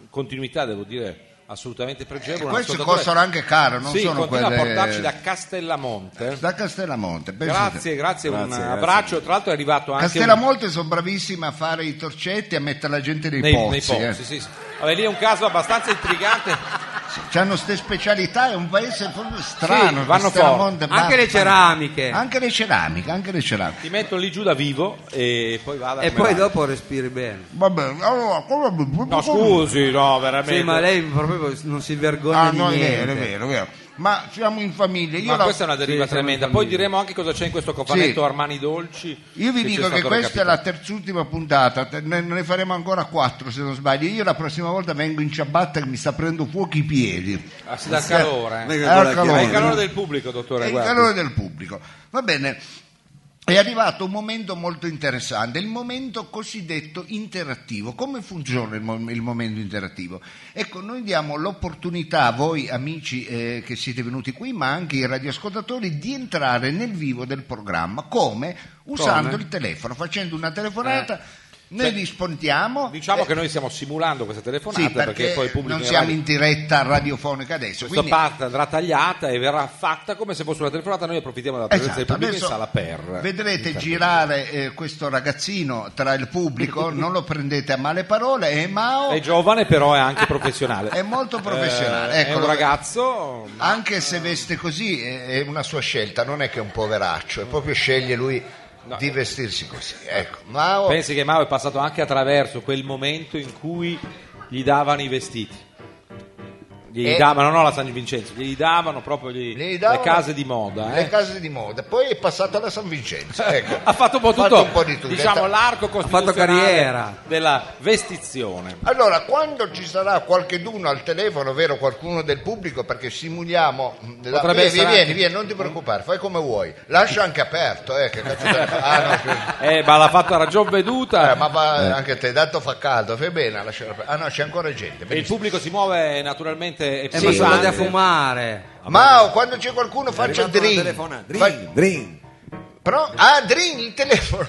continuità, devo dire, assolutamente pregevole. Un
Questi
ascoltatore-
costano anche caro, non
sì,
sono
continua
quelli
a portarci da Castellamonte.
da Castellamonte. pensate.
Grazie, grazie, un
Grazie, grazie.
abbraccio. Tra l'altro è arrivato anche un-
Castellamonte sono bravissimi a fare i torcetti e a mettere la gente nei,
nei, nei
pozzi. eh.
pozzi, sì, sì. Vabbè, lì è un caso abbastanza intrigante
hanno queste specialità, è un paese proprio strano.
Sì, vanno
questa
forte.
monda-
Anche le ceramiche.
Anche le ceramiche, anche le ceramiche.
Ti mettono lì giù da vivo e poi vada
E
come
poi
vada.
dopo respiri bene.
Vabbè, allora, come-
No, scusi, no, veramente.
Sì, ma lei proprio non si vergogna
Ah,
di
no, è
niente.
vero, è vero, è vero. Ma siamo in famiglia. Io,
Ma
la-
questa è una deriva
Sì, siamo in
tremenda. Poi
famiglia.
diremo anche cosa c'è in questo cofanetto
Sì.
Armani Dolci.
io vi
ci è
dico che
stato
questa è
recapitato.
la terz'ultima puntata, te- ne, ne faremo ancora quattro se non sbaglio. Io la prossima volta vengo in ciabatta che mi sta prendendo fuoco i piedi.
Ah, si dà calore.
Non è
eh.
che
Ah,
quella
calore.
Ma è il
chiave-
calore del pubblico, dottore.
È il
guardi.
calore del pubblico. Va bene. È arrivato un momento molto interessante, il momento cosiddetto interattivo. Come funziona il, mo- il momento interattivo? Ecco, noi diamo l'opportunità a voi amici eh, che siete venuti qui, ma anche ai radioascoltatori, di entrare nel vivo del programma. Come? Usando il telefono, facendo una telefonata, noi rispondiamo.
Eh. Cioè, Diciamo
eh,
che noi stiamo simulando questa telefonata
sì,
perché, poi il pubblico
non
in
siamo
radio-
in diretta radiofonica adesso.
questa
quindi-
parte andrà tagliata e verrà fatta come se fosse una telefonata. Noi approfittiamo della presenza
Esatto,
del pubblico
adesso
in sala per.
Vedrete girare eh, questo ragazzino tra il pubblico, non lo prendete a male parole, è Mao,
È giovane, però è anche professionale.
è molto professionale.
Eh,
ecco,
è un
lo-
ragazzo.
Anche se veste così è è una sua scelta, non è che è un poveraccio, è proprio sceglie lui di vestirsi così. Ecco, Mao,
Pensi che Mao è passato anche attraverso quel momento in cui gli davano i vestiti. Gli
E-
davano, no, la San Vincenzo, gli davano proprio gli-
Eh. gli dava-
le case di moda. eh.
Le case di moda, poi è passato alla San Vincenzo. ecco.
Ha fatto un po' tutto,
un po' di tutto.
diciamo, l'arco costituzionale
carriera.
della vestizione.
Allora, quando ci sarà qualcheduno al telefono, ovvero qualcuno del pubblico, perché simuliamo. mm, la-
Potrebbe
vieni,
essere
vieni,
anche-
vieni, non ti preoccupare, fai come vuoi. Lascia anche aperto, eh, che cazzo te ne fa- Ah, no, scusa.
Eh, ma l'ha fatta a ragion veduta.
Eh, ma va anche te, dato fa caldo, fai bene a lasciare aperto. Ah no, c'è ancora
E
gente.
il
benissimo.
pubblico si muove naturalmente e
Eh, ma
Sì,
sono
anche.
da
pulsante.
fumare.
Ma oh, quando c'è qualcuno faccia
Arrivato una
dream.
telefonata.
Fa-
Dream, dream.
Pro- ah, dream il telefono.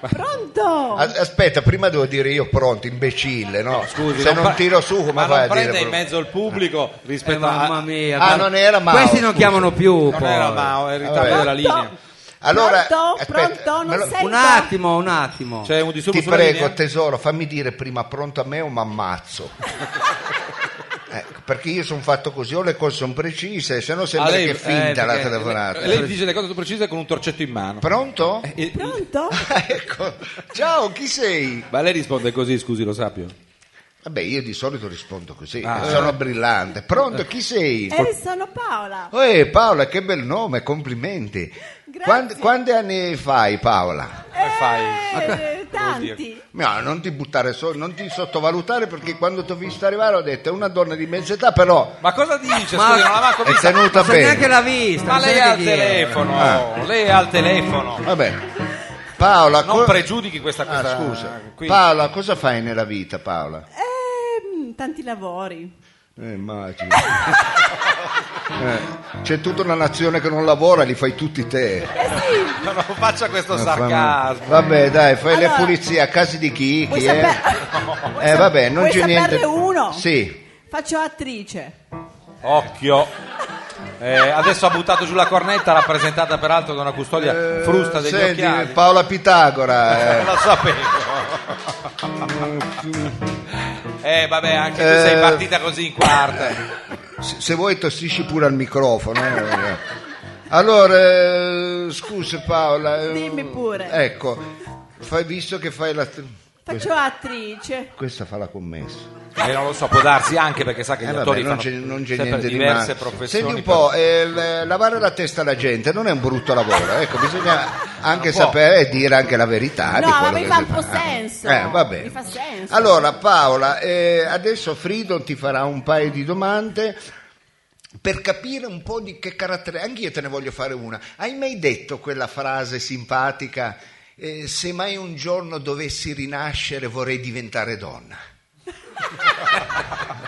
Pronto?
As- Aspetta, prima devo dire io pronto, imbecille, no?
Scusi,
Se non,
fa-
tiro su, come
ma
fai
non
a dire?
prende in
pronto?
mezzo il pubblico rispetto
Eh, mamma
a
mia.
Ah,
ma-
non era Mao,
Questi non
scusa.
chiamano più.
non
poi.
era Mao, è in ritardo
Vabbè.
della linea.
Allora,
Pronto?
aspetta,
Pronto?
me
Non
lo-
sei-
Un attimo, un attimo.
Cioè,
C'è un disturbo
Ti
sulla
prego,
linea?
tesoro, fammi dire prima pronto a me o mi ammazzo. Ecco, perché io sono fatto così, o le cose sono precise, se no sembra
Ah, lei-
che è finta
eh,
la
perché-
telefonata.
Lei Eh. dice le cose più precise con un torcetto in mano.
Pronto?
E-
Pronto?
ecco, ciao, chi sei?
ma lei risponde così, scusi, lo sappio.
Vabbè, io di solito rispondo così, eh,
Ah.
sono brillante. Pronto, chi sei?
Eh, sono Paola.
Eh, Paola, che bel nome, complimenti.
Grazie.
Quanti, quanti anni fai, Paola?
Come fai?
Eh, tanti.
No, non ti buttare solo, non ti sottovalutare perché quando ti ho visto arrivare ho detto è una donna di mezza età, però
Ma cosa dice?
Ma-
Scusi, non l'ha manco
è
vista.
tenuta
Non so neanche
bene.
l'ha vista.
Ma
non so
lei è al
neanche chi è.
telefono,
Ah.
lei è al telefono.
Va bene. Paola,
Non
co-
pregiudichi questa
Ah,
cosa. eh,
scusa.
qui.
Paola, cosa fai nella vita, Paola?
Ehm, tanti lavori.
Eh, immagino. Eh, c'è tutta una nazione che non lavora, li fai tutti te.
Ma non faccia questo
Eh, fammi-
sarcasmo.
Vabbè, dai, fai
Allora,
le pulizie a casi di chi?
Vuoi
chi è?
sapere?
Eh, vabbè, non
vuoi
c'è niente.
saperne uno?
Sì.
Faccio attrice.
Occhio. Eh, adesso ha buttato giù la cornetta rappresentata peraltro da una custodia Eh, frusta degli
Eh, Senti,
occhiali.
Paola Pitagora. eh.
Non lo sapevo. Eh vabbè, anche tu
Eh.
sei partita così in quarta.
Se se vuoi tossisci pure al microfono. eh. Allora, eh, scusa Paola. eh, eh.
Dimmi pure.
Ecco, fai visto che fai la...
Faccio attrice.
Questa fa la commessa.
Eh, non lo so, può darsi anche perché sa che gli
Eh, vabbè,
attori
non
fanno
c'è, non c'è
sempre
niente di
diverse
male.
professioni.
Senti un po',
per-
eh, l- lavare la testa alla gente non è un brutto lavoro. Ecco, bisogna anche
Un po'.
sapere e dire anche la verità.
No,
di
ma
quello
mi
che
fa
si
un po'
fa.
senso.
Eh, va bene.
Mi fa senso.
Allora, Paola, eh, adesso Frido ti farà un paio di domande per capire un po' di che carattere. Anche io te ne voglio fare una. Hai mai detto quella frase simpatica? eh, se mai un giorno dovessi rinascere vorrei diventare donna.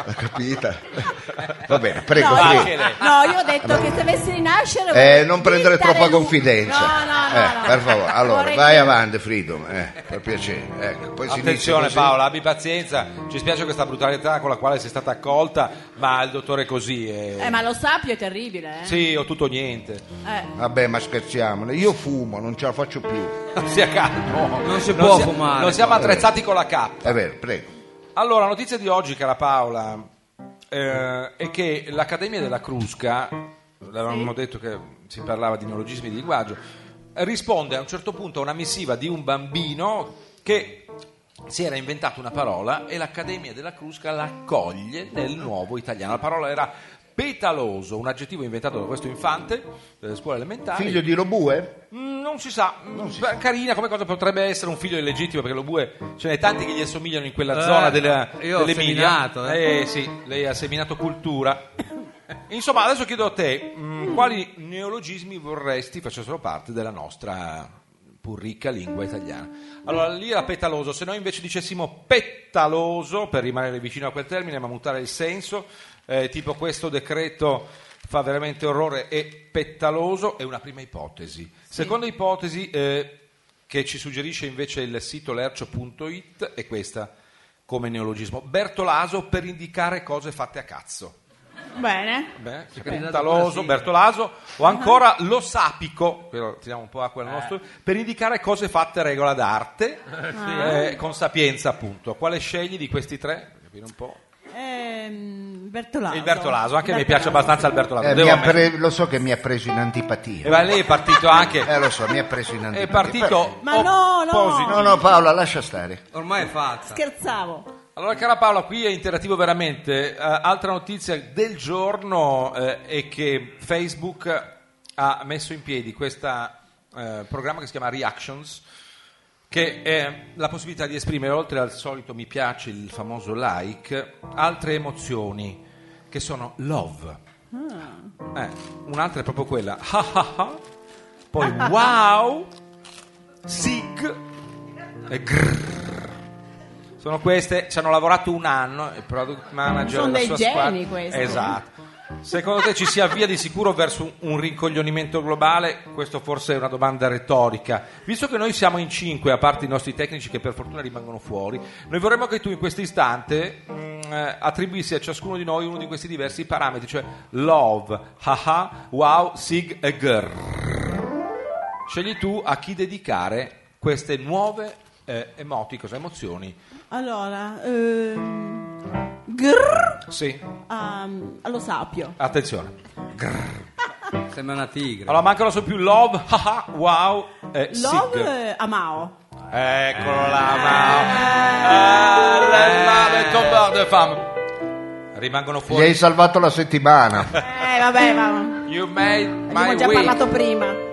L'ha capita? Va bene, prego.
no,
Frido.
Frido.
io, no, io ho detto che se avessi rinascere
Eh,
vorrei
non prendere
diventare lui.
troppa confidenza.
No, no, no,
Eh,
no.
Per favore, allora,
Vorrei
vai
dire-
avanti, Frido. eh, per piacere. Ecco, poi si inizia
Attenzione
così.
Paola, abbi pazienza, ci spiace questa brutalità con la quale sei stata accolta, ma il dottore è così è...
Eh, ma lo sappio è terribile, eh.
Sì, ho tutto o niente.
Eh,
Vabbè, ma scherziamo. Io fumo, non ce la faccio più.
Sia calmo.
Non si può
sia-
fumare.
Non siamo attrezzati con la K.
È vero, prego.
Allora, notizia di oggi, cara Paola. eh, è che l'Accademia della Crusca, l'avevamo detto che si parlava di neologismi di linguaggio, risponde a un certo punto a una missiva di un bambino che si era inventato una parola e l'Accademia della Crusca l'accoglie nel nuovo italiano. La parola era petaloso, un aggettivo inventato da questo infante eh, delle scuole elementari.
Figlio di Robue?
Mm, Non si sa, Beh, carina come cosa potrebbe essere un figlio illegittimo perché lo bue ce n'è tanti che gli assomigliano in quella
Eh,
zona della,
io ho
dell'Emilia.
seminato, eh.
Eh, sì, lei ha seminato cultura. Insomma, adesso chiedo a te mm, quali neologismi vorresti facessero parte della nostra pur ricca lingua italiana. Allora, lì era petaloso, se noi invece dicessimo pettaloso per rimanere vicino a quel termine ma mutare il senso, eh, tipo questo decreto fa veramente orrore e pettaloso è una prima ipotesi. Seconda ipotesi eh, che ci suggerisce invece il sito lercio.it è questa come neologismo. Bertolaso per indicare cose fatte a cazzo.
Bene.
Beh, sì,
pensato
Bertoloso,
così.
Bertolaso, o ancora lo sapico, quello tiriamo un po' acqua al nostro, per indicare cose fatte a regola d'arte, eh, con sapienza appunto. Quale scegli di questi tre? Per capire un po'.
Ehm, Bertolaso.
Il Bertolaso, anche a
Bertolaso.
me piace abbastanza il Bertolaso.
Eh,
devo
mi ha
ammettere.
pre- lo so che mi ha preso in
E
antipatia.
va, lei è partito anche...
Eh, lo so, mi ha preso in antipatia.
È partito
Ma no, no.
opposito.
No, no, Paola, lascia stare.
Ormai è fatta.
Scherzavo.
Allora, cara Paola, qui è interattivo veramente. Eh, altra notizia del giorno eh, è che Facebook ha messo in piedi questo programma che si chiama Reactions, che è la possibilità di esprimere, oltre al solito mi piace, il famoso like, altre emozioni, che sono love. Eh, un'altra è proprio quella. Ah, ah, ah. Poi wow, sig e grrr. Sono queste, ci hanno lavorato un anno, il product manager
Sono
della
dei
sua
geni
squadra.
questi.
Esatto. Secondo te ci si avvia di sicuro verso un rincoglionimento globale? Questo forse è una domanda retorica. Visto che noi siamo in cinque, a parte i nostri tecnici che per fortuna rimangono fuori, noi vorremmo che tu in questo istante mh, eh, attribuissi a ciascuno di noi uno di questi diversi parametri, cioè love, haha, wow, sig e girl. Scegli tu a chi dedicare queste nuove eh, emoticos, emozioni.
Allora, ehm, grrr,
Sì,
ehm, allo sapio.
attenzione.
Sembra una tigre.
Allora mancano solo più love, haha, wow e sig.
Love eh, Amao.
Eccolo là, ma... Eh, le male tombard de femme. Rimangono
Gli
fuori.
hai salvato la settimana.
Eh, vabbè, ma
You made my
abbiamo già
week.
parlato prima.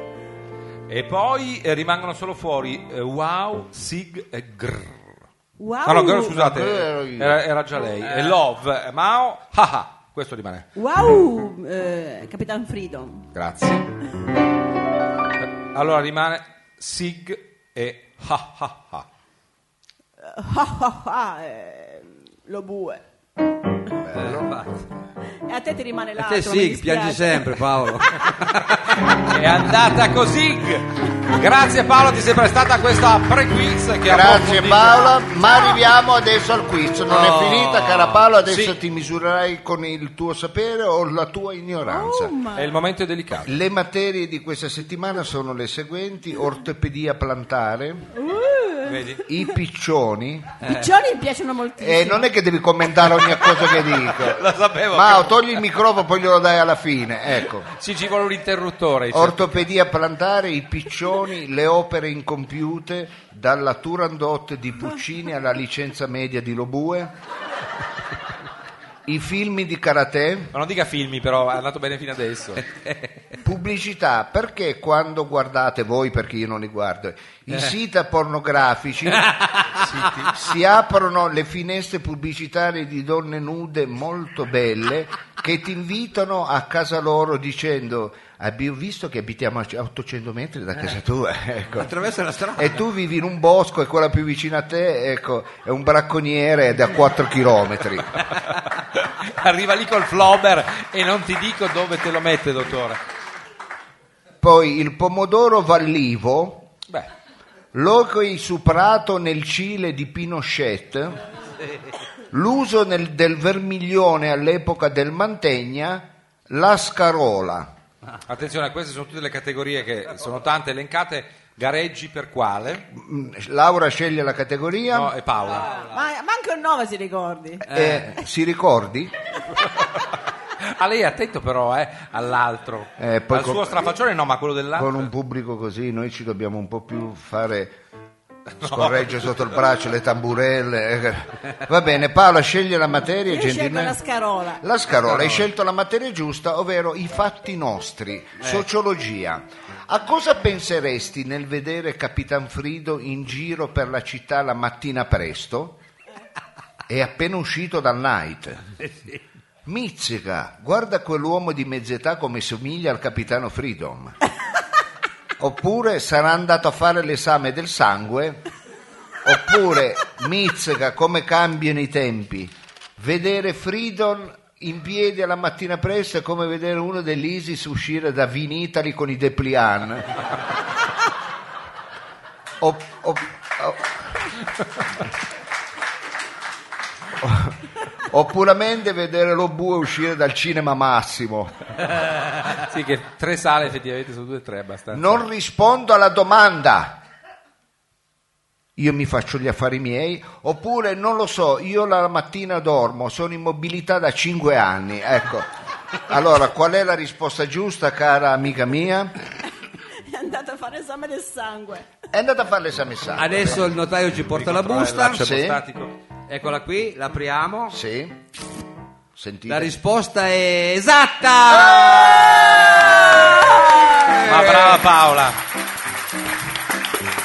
E poi eh, rimangono solo fuori eh, wow, sig e grr.
Wow.
Ah, no, grr, scusate,
Eh,
era, era già lei. E love, eh, mao, haha. Questo rimane.
Wow, eh, Capitan Freedom.
Grazie. Eh, Allora rimane sig e ha ha ha.
Ah, ah, ah, eh, lo bue. E a te ti rimane
E
l'altro.
te
Ah, mi
sì,
dispiace.
piangi sempre Paolo.
È andata così. Grazie Paolo, ti sei prestata questa pre-quiz che
Grazie
approfondisce-
Paola, ma arriviamo adesso al quiz. Non
Oh.
è finita, cara Paola, adesso
Sì.
ti misurerai con il tuo sapere o la tua ignoranza.
Oh, ma-
È il momento delicato.
Le materie di questa settimana sono le seguenti: ortopedia plantare,
Uh.
Vedi?
i piccioni.
I piccioni mi piacciono moltissimo.
E Eh, non è che devi commentare ogni cosa che dico.
Lo sapevo.
Mao, togli il microfono, poi glielo dai alla fine. Ecco.
Ci ci vuole un interruttore. cioè.
Ortopedia plantare, i piccioni, le opere incompiute, dalla Turandot di Puccini alla licenza media di Lobue, i film di karate,
Ma non dica filmi, però è andato bene fino adesso.
pubblicità, perché quando guardate voi, perché io non li guardo, i siti pornografici si aprono le finestre pubblicitarie di donne nude molto belle che ti invitano a casa loro dicendo abbiamo visto che abitiamo a 800 metri da casa tua ecco.
Attraverso la strada.
e tu vivi in un bosco e quella più vicina a te ecco, è un bracconiere da 4 chilometri
Arriva lì col flobber e non ti dico dove te lo mette, dottore.
poi il pomodoro vallivo
Beh,
L'ocri suprato nel Cile di Pinochet, l'uso nel- del vermiglione all'epoca del Mantegna, la scarola.
attenzione, queste sono tutte le categorie che sono tante elencate. Gareggi per quale?
Mm, Laura sceglie la categoria.
No, è Paola.
Ma, ma anche un nome si ricordi.
Eh, si ricordi?
A Ah, lei attento però, eh, all'altro.
Eh, poi
Al
con-
suo strafaccione no, ma quello
Con
dell'altro.
un pubblico così noi ci dobbiamo un po' più fare scorreggere sotto il braccio le tamburelle. eh. Va bene, Paola sceglie la materia
Io scelgo la
gentilmente.
scarola.
La Scarola, hai scelto la materia giusta, ovvero i fatti nostri, sociologia. A cosa penseresti nel vedere Capitan Frido in giro per la città la mattina presto? È appena uscito dal night. Mizzica, guarda quell'uomo di mezz'età come somiglia al capitano Freedom. Oppure sarà andato a fare l'esame del sangue. Oppure mizzica, come cambiano i tempi. Vedere Freedom in piedi alla mattina presto è come vedere uno dell'Isis uscire da Vinitali con i Deplian. Op- op- op- Oppuramente vedere lo bue uscire dal cinema massimo.
Sì, che tre sale effettivamente sono due o tre abbastanza.
Non rispondo alla domanda. Io mi faccio gli affari miei, oppure non lo so, io la mattina dormo, sono in mobilità da 5 anni. Ecco. Allora, qual è la risposta giusta, cara amica mia?
È andato a fare esame del sangue.
È andata a fare l'esame sangue.
Adesso il notaio ci porta la
Controlla il
busta.
laccio
Sì.
apostatico.
Eccola qui, l'apriamo.
Sì. Sentite.
La risposta è
Ah!
esatta!
Ma
Eh.
brava Paola.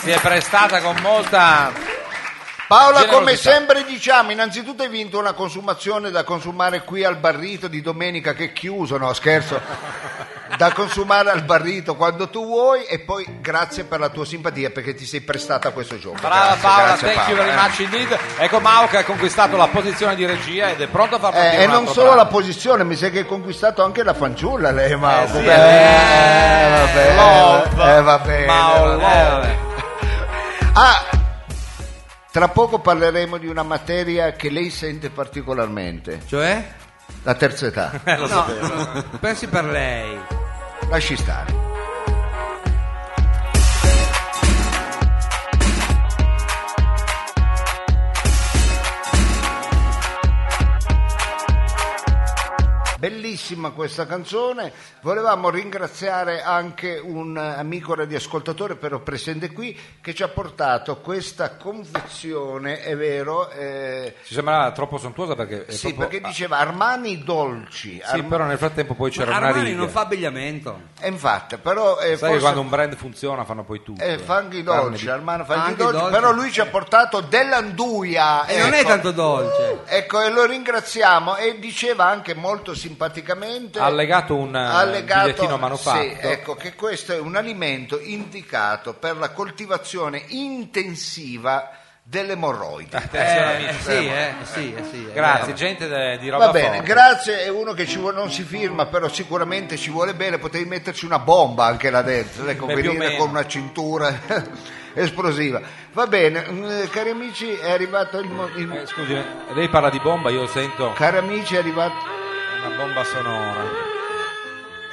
Si è prestata con molta
Paola,
Generosità.
come sempre diciamo, innanzitutto hai vinto una consumazione da consumare qui al barrito di domenica che è chiuso, no scherzo, da consumare al barrito quando tu vuoi e poi grazie per la tua simpatia perché ti sei prestata a questo gioco.
Brava
Grazie,
Paola,
grazie,
thank you
Paola,
very
eh.
much indeed. Ecco Mao che ha conquistato la posizione di regia ed è pronto a far partire
Eh, e
un
non
altro
solo
brano.
la posizione, mi sa che hai conquistato anche la fanciulla lei, ma
Eh sì,
vabbè,
eh,
eh,
love.
vabbè, eh, va bene,
Mao,
va bene.
love.
Ah, tra poco parleremo di una materia che lei sente particolarmente,
Cioè?
la terza età.
No, pensi per lei.
Lasci stare. Bellissima questa canzone, volevamo ringraziare anche un eh, amico radioascoltatore però presente qui che ci ha portato questa confezione, è vero, eh,
Ci sembrava troppo sontuosa perché è
sì,
proprio-
perché diceva Armani dolci,
Ah, sì,
Armani-
però nel frattempo poi c'era una
Armani
riga.
non fa abbigliamento.
e infatti, però eh,
Sai che
forse-
quando un brand funziona fanno poi tutto.
Eh, fanghi
Carne
dolci,
di-
Armano fanghi
Fanghi
dolci,
dolci.
però lui ci ha portato dell'anduia.
E non è
ecco.
tanto dolce.
Ecco, e lo ringraziamo e diceva anche molto simpaticamente
Ha legato un eh,
ha legato-
bigliettino manufatto.
sì, ecco che questo è un alimento indicato per la coltivazione intensiva dell'emorroide.
Attenzione,
Eh,
amici.
sì, eh, sì, eh, sì. eh.
Grazie, gente de- di roba
Va bene,
forte.
grazie, è uno che ci vuole- non si firma, però sicuramente ci vuole bene, potevi metterci una bomba anche là dentro, ecco,
Beh, più o
venire
meno.
con una cintura esplosiva. Va bene, mm, cari amici, è arrivato il, mo- il-
Eh, scusi, lei parla di bomba, io sento
Cari amici, è arrivato...
una bomba sonora.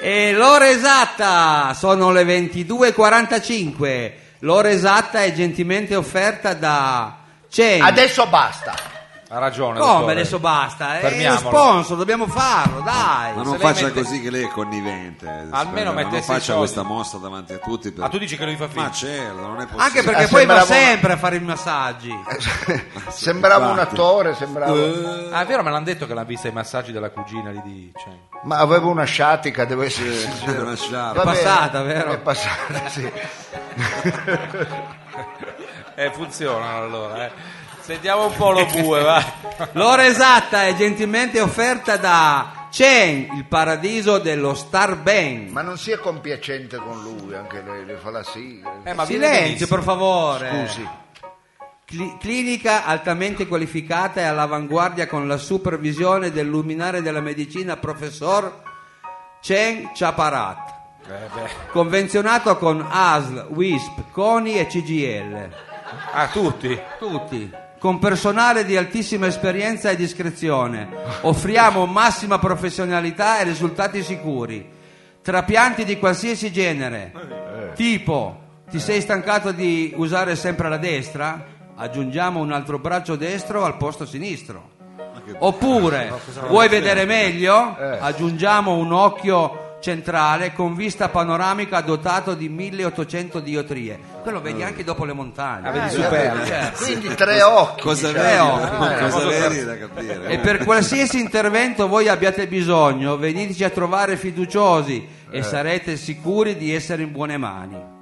E l'ora esatta sono le 22.45. L'ora esatta è gentilmente offerta da Cenci.
Adesso basta.
Ha ragione.
Come
dottore.
adesso basta? eh? È lo
eh. Fermiamolo.
sponsor, dobbiamo farlo, dai.
Se
Ma non
lei
faccia
mette-
così che lei è connivente. eh,
Almeno
Spero,
mettesse
non
i
faccia
soldi.
questa mossa davanti a tutti. per-
Ah, tu dici che lui fa finta.
Ma certo, non è possibile.
Anche perché
Ah,
poi va
sembrava-
sempre a fare i massaggi.
Sembrava un
infatti.
attore, sembrava...
Ah, è vero, me l'hanno detto che l'ha vista ai massaggi della cugina lì di Cenci.
Ma avevo una sciatica, devo essere
Sì,
sincero.
una sciarpa.
Va
È
bene,
passata, vero?
È passata, sì.
Eh, funzionano allora, eh. Sentiamo un po' lo bue, va.
L'ora esatta è gentilmente offerta da Chen, il paradiso dello star bang.
Ma non sia compiacente con lui, anche lei le fa la sigla.
Eh, ma viene
Silenzio,
benissimo.
per favore.
Scusi.
Cli- clinica altamente qualificata e all'avanguardia con la supervisione del luminare della medicina professor Chen Chaparat. Convenzionato con ASL, WISP, CONI e CGL.
Ah, tutti.
Tutti. Con personale di altissima esperienza e discrezione. Offriamo massima professionalità e risultati sicuri. Trapianti di qualsiasi genere, tipo, Ti sei stancato di usare sempre la destra? Aggiungiamo un altro braccio destro al posto sinistro. Oppure vuoi vedere meglio? Aggiungiamo un occhio centrale con vista panoramica dotato di 1800 diotrie. Quello vedi anche dopo le montagne.
vedi superbe.
Certo.
Quindi tre occhi.
Cosa
cioè,
diciamo.
vedi?
oh,
da- Cosa
eh,
vedi da capire?
E per qualsiasi intervento voi abbiate bisogno, veniteci a trovare fiduciosi
Eh.
e sarete sicuri di essere in buone mani.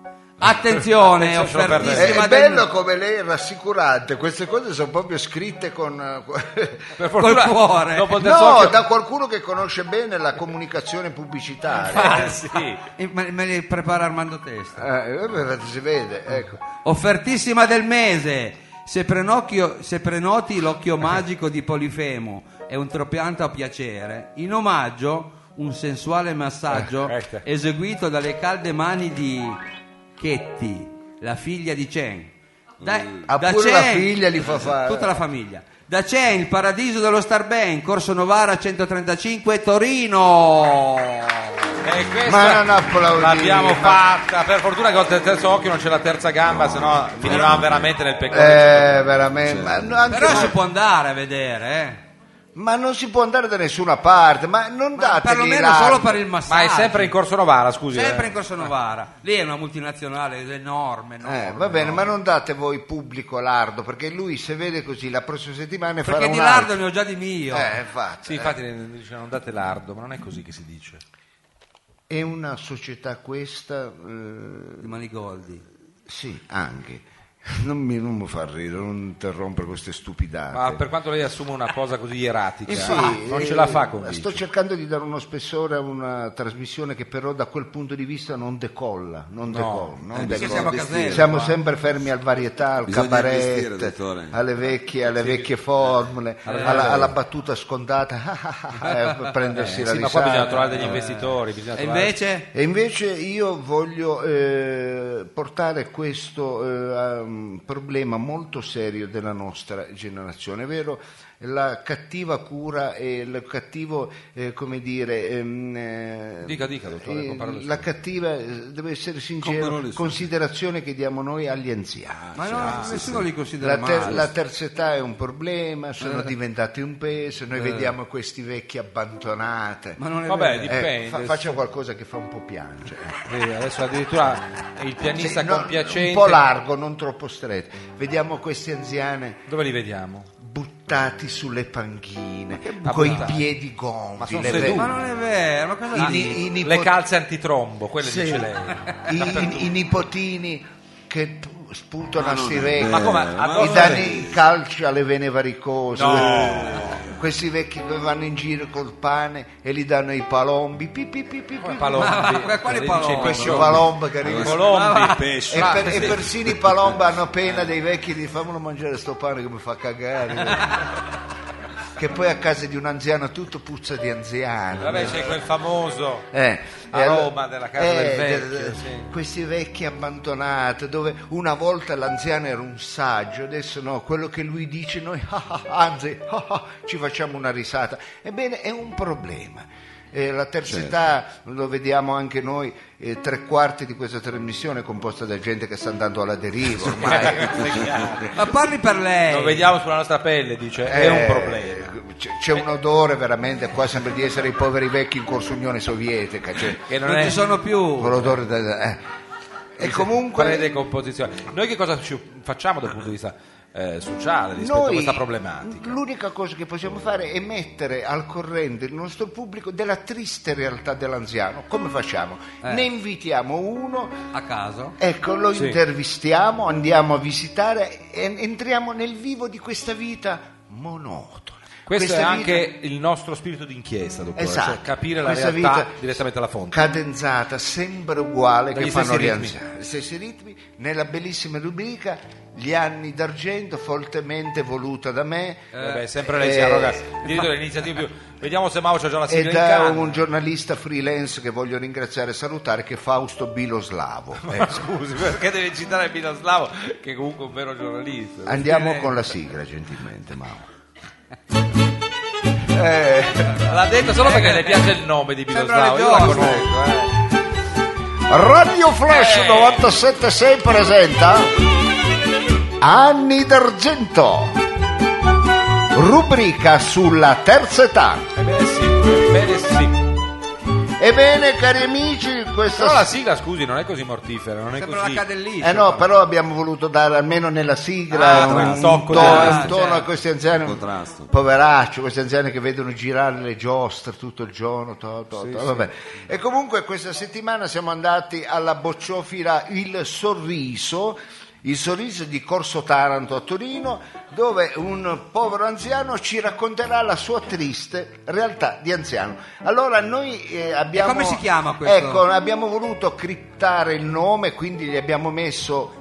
Attenzione,
Attenzione,
non perdere.
È,
offertissima
è
del-
bello come lei è rassicurante, queste cose sono proprio scritte con... eh,
Per fortuna,
Col cuore.
dopo il terzo
No,
occhio-
da qualcuno che conosce bene la comunicazione pubblicitaria.
Eh, sì.
Eh, Me, me le prepara Armando Testa.
Eh, eh, si vede, ecco.
Offertissima del mese. Se, prenocchio- se prenoti l'occhio magico di Polifemo e un trapianto a piacere, in omaggio un sensuale
Ah,
massaggio
ecco.
eseguito dalle calde mani di Chetti, la figlia di Chen. Da,
Ah,
da
pure la
Chen-
figlia li fa fare.
Tutta la famiglia. Da Chen, il paradiso dello Star Bank, Corso Novara 135, Torino.
E questa
Ma non applaudire,
L'abbiamo
ma-
fatta. Per fortuna che ho il terzo occhio non c'è la terza gamba, sennò finivamo veramente nel peccato.
Eh, veramente. Ma, no, anche-
Però si può andare a vedere,
ma non si può andare da nessuna parte, ma non
eh. Ma
dategli
perlomeno
l'arma.
solo per il
Ma
massaggio.
è sempre in Corso Novara, scusi.
Sempre
eh.
in Corso Novara. Lì è una multinazionale enorme, enorme,
Eh, va bene, ma
enorme.
non date voi pubblico lardo, perché lui se vede così la prossima settimana ne farà
Perché
un
di lardo
altro.
ne ho già di mio.
Eh, infatti.
Sì, infatti dice non date lardo, ma non è così che si dice.
È una società questa? eh,
Di Manigoldi.
sì, anche. Non mi, non mi fa ridere, non interrompere queste stupidate.
Ma per quanto lei assume una cosa così eratica,
Eh sì,
non
eh,
ce la fa
Sto
convincere.
cercando di dare uno spessore a una trasmissione che però da quel punto di vista non decolla. Non decolla, non
eh,
decolla.
perché siamo a casello,
Siamo
qua.
sempre fermi al varietà, al
Bisogna investire,
cabaret,
dottore.
alle vecchie, alle vecchie formule,
Eh.
alla, alla battuta scondata, eh, prendersi la
Sì, ma
risata.
poi bisogna trovare
eh.
degli investitori. Bisogna
E
trovare-
invece
E invece io voglio eh, portare questo eh, a un problema molto serio della nostra generazione, vero? La cattiva cura e il cattivo, eh, come dire... ehm, eh,
Dica, dica, dottore,
eh,
con parole
la
sue.
cattiva, eh, deve essere
Con
sincero,
parole sue.
considerazione che diamo noi agli anziani.
ma no, nessuno li considera
La, ter-
Ah, male.
la terza età è un problema, sono diventati un peso, noi vediamo questi vecchi abbandonati.
Ma non è
Vabbè,
vero.
Eh,
dipende.
fa- faccia qualcosa che fa un po' piangere.
Sì, adesso addirittura il pianista
Sì, no,
compiacente.
un po' largo, non troppo stretto. Vediamo queste anziane
Dove li vediamo?
buttati sulle panchine,
buttati?
coi piedi gonfi,
sono
le
sedute.
Ma
ve-
non è vero, ma cosa
I-
dici?
i- i
Le
nipoti-
calze antitrombo, quelle
sì,
dice lei.
i- i- i nipotini che tu- spuntano a
Ma
sirena,
come?
Eh,
A
ma-
i
cosa-
danni calci alle vene varicose.
No.
Questi vecchi che vanno in giro col pane e li danno ai palombi. Pi, pi, pi, pi,
Come
pi.
Palombi? eh,
Ma quali
Dice
Palombi?
Questi
Pescioni.
palombi che arrivano.
Colombi.
E,
pesce.
per- e persino i palomba hanno pena dei vecchi di fammelo mangiare sto pane che mi fa cagare. che poi a casa di un anziano tutto puzza di anziano.
Vabbè, c'è quel famoso.
Eh,
A
e eh,
Roma, della casa del vecchio, sì.
Questi vecchi abbandonati, dove una volta l'anziano era un saggio, adesso no, quello che lui dice noi, ah, ah, anzi, ah, ah, ci facciamo una risata. Ebbene, è un problema. Eh, la terza
Certo.
età, lo vediamo anche noi, eh, tre quarti di questa trasmissione è composta da gente che sta andando alla deriva ormai.
Ma parli per lei.
Lo vediamo sulla nostra pelle, dice. È un
Eh,
problema.
C'è, c'è un odore veramente, qua sembra di essere i poveri vecchi in corso Unione Sovietica. Cioè,
Che non,
non
è
ci sono più.
L'odore da- eh. E
quale
comunque
decomposizione. Noi che cosa ci facciamo dal punto di vista eh, sociale rispetto a
noi
questa problematica?
l'unica cosa che possiamo fare è mettere al corrente il nostro pubblico della triste realtà dell'anziano. Come facciamo? Ne invitiamo uno,
A caso.
ecco, lo
Eh. Sì.
intervistiamo, andiamo a visitare e entriamo nel vivo di questa vita monotona.
Questo
Questa
è
vita-
anche il nostro spirito d'inchiesta, dottore,
Esatto.
cioè capire la
Questa
realtà
vita-
direttamente alla fonte.
cadenzata, sempre uguale
Dagli
che fanno
stessi
gli
ritmi.
anziani. Gli stessi ritmi, nella bellissima rubrica Gli anni d'argento, fortemente voluta da me.
Eh, beh, sempre lei si
Eh,
arroga dietro le iniziative più. Vediamo se Mao c'ha già la
E
sigla in
da
canna.
un giornalista freelance che voglio ringraziare e salutare, che è Fausto Biloslavo.
Ma scusi, perché deve citare Miloslavo, che è comunque un vero giornalista?
Andiamo con la sigla, gentilmente, Mauro.
L'ha detto solo perché le piace il nome di
Sembra
Miloslavo, io la
le giostre.
conosco. eh.
Radio Flash 976 presenta Anni d'argento. Rubrica sulla terza età.
Ebbene Eh, sì, ebbene sì.
Ebbene, cari amici, questa
Però la sigla, scusi, non è così mortifera, non è
Sembra
così.
una cadelliccia.
Eh no, però abbiamo voluto dare almeno nella sigla
Ah,
un,
tra-
un
un tocco certo.
tono,
di-
un tono a questi anziani.
Contrasto.
Poveraccio, questi anziani che vedono girare le giostre tutto il giorno. to- to- to- vabbè. E comunque questa settimana siamo andati alla bocciofila Il Sorriso. Il sorriso di Corso Taranto a Torino, dove un povero anziano ci racconterà la sua triste realtà di anziano. Allora, noi eh, abbiamo.
come si chiama questo?
Ecco, abbiamo voluto criptare il nome, quindi gli abbiamo messo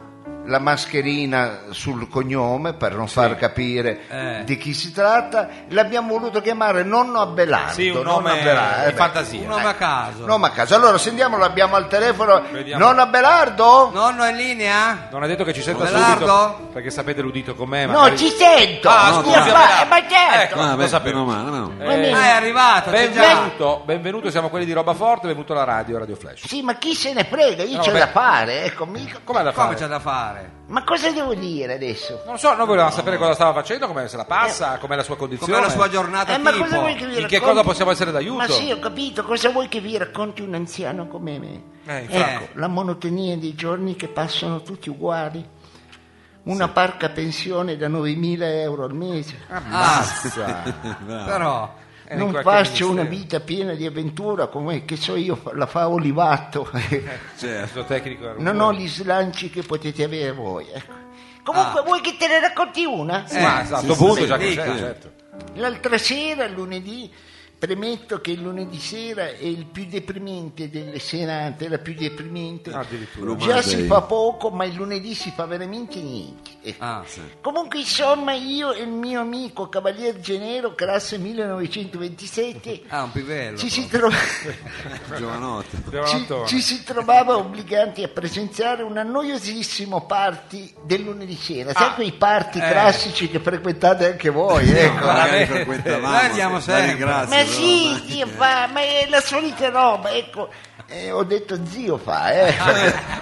la mascherina sul cognome per non far capire
Eh.
di chi si tratta. L'abbiamo voluto chiamare Nonno Abelardo.
Sì, un
Nonno
nome
Abelardo, eh
di
beh.
Un
fantasia.
nome a caso.
Nome a caso. Allora, sentiamolo, l'abbiamo al telefono.
Vediamo.
Nonno Abelardo?
Nonno è in linea?
Non ha detto che ci senta
Abelardo?
subito, perché sapete l'udito com'è.
No,
magari-
ci sento.
Ah,
Mi
scusi,
fa-
Abelardo.
eh, ma certo.
Ecco,
Ah,
lo
beh,
sapevo.
meno male, meno male.
Eh,
Ah, è arrivato, c'è già.
benvenuto, benvenuto, siamo quelli di Roba Forte, benvenuto alla radio, Radio Flash.
Sì, ma chi se ne frega? Io
No,
c'ho
beh.
da fare, ecco, mica-
Com'è da
Come
fare?
c'è da fare?
Ma cosa devo dire adesso?
Non lo so, noi volevamo sapere cosa stava facendo, come se la passa, com'è la sua condizione.
Eh. Com'è la sua giornata
Eh, ma
tipo?
cosa vuoi che vi
In Ah, che
racconti?
cosa possiamo essere d'aiuto?
Ma sì, ho capito, cosa vuoi che vi racconti un anziano come me?
Eh, infatti.
ecco, la monotonia dei giorni che passano tutti uguali, una parca pensione da 9.000 euro al mese,
Ammazza.
Eh, Però...
Ah, Eh, in
non
qualche
faccio una
ministero.
vita piena di avventura come, che so io, la fa Olivato, Eh,
Certo.
Il suo tecnico era un
non ho
buono.
gli slanci che potete avere voi. ecco. Comunque, vuoi che te ne racconti una?
Eh,
Ma a questo
sì,
punto
sì,
Ah, esatto, già che
dica.
c'è, certo.
L'altra sera, lunedì, premetto che il lunedì sera è il più deprimente delle serate, la più deprimente.
Addirittura.
Già
Lumazei.
si fa poco, ma il lunedì si fa veramente niente. Ecco.
Ah,
Comunque, insomma, io e il mio amico Cavalier Genero, classe 1927,
ah, un pivello.
ci si trova...
Giovanotte.
Ci,
Giovanottone.
ci si trovava obbligati a presenziare un annoiosissimo party del lunedì sera, sai
Ah,
quei party
eh.
classici che frequentate anche voi, ecco.
Magari
veramente.
frequentavamo,
Noi andiamo
sì,
sempre.
la ringrazio,
Ma
però,
sì, zio fa, ma è la solita roba, ecco. Eh, ho detto zio fa, eh.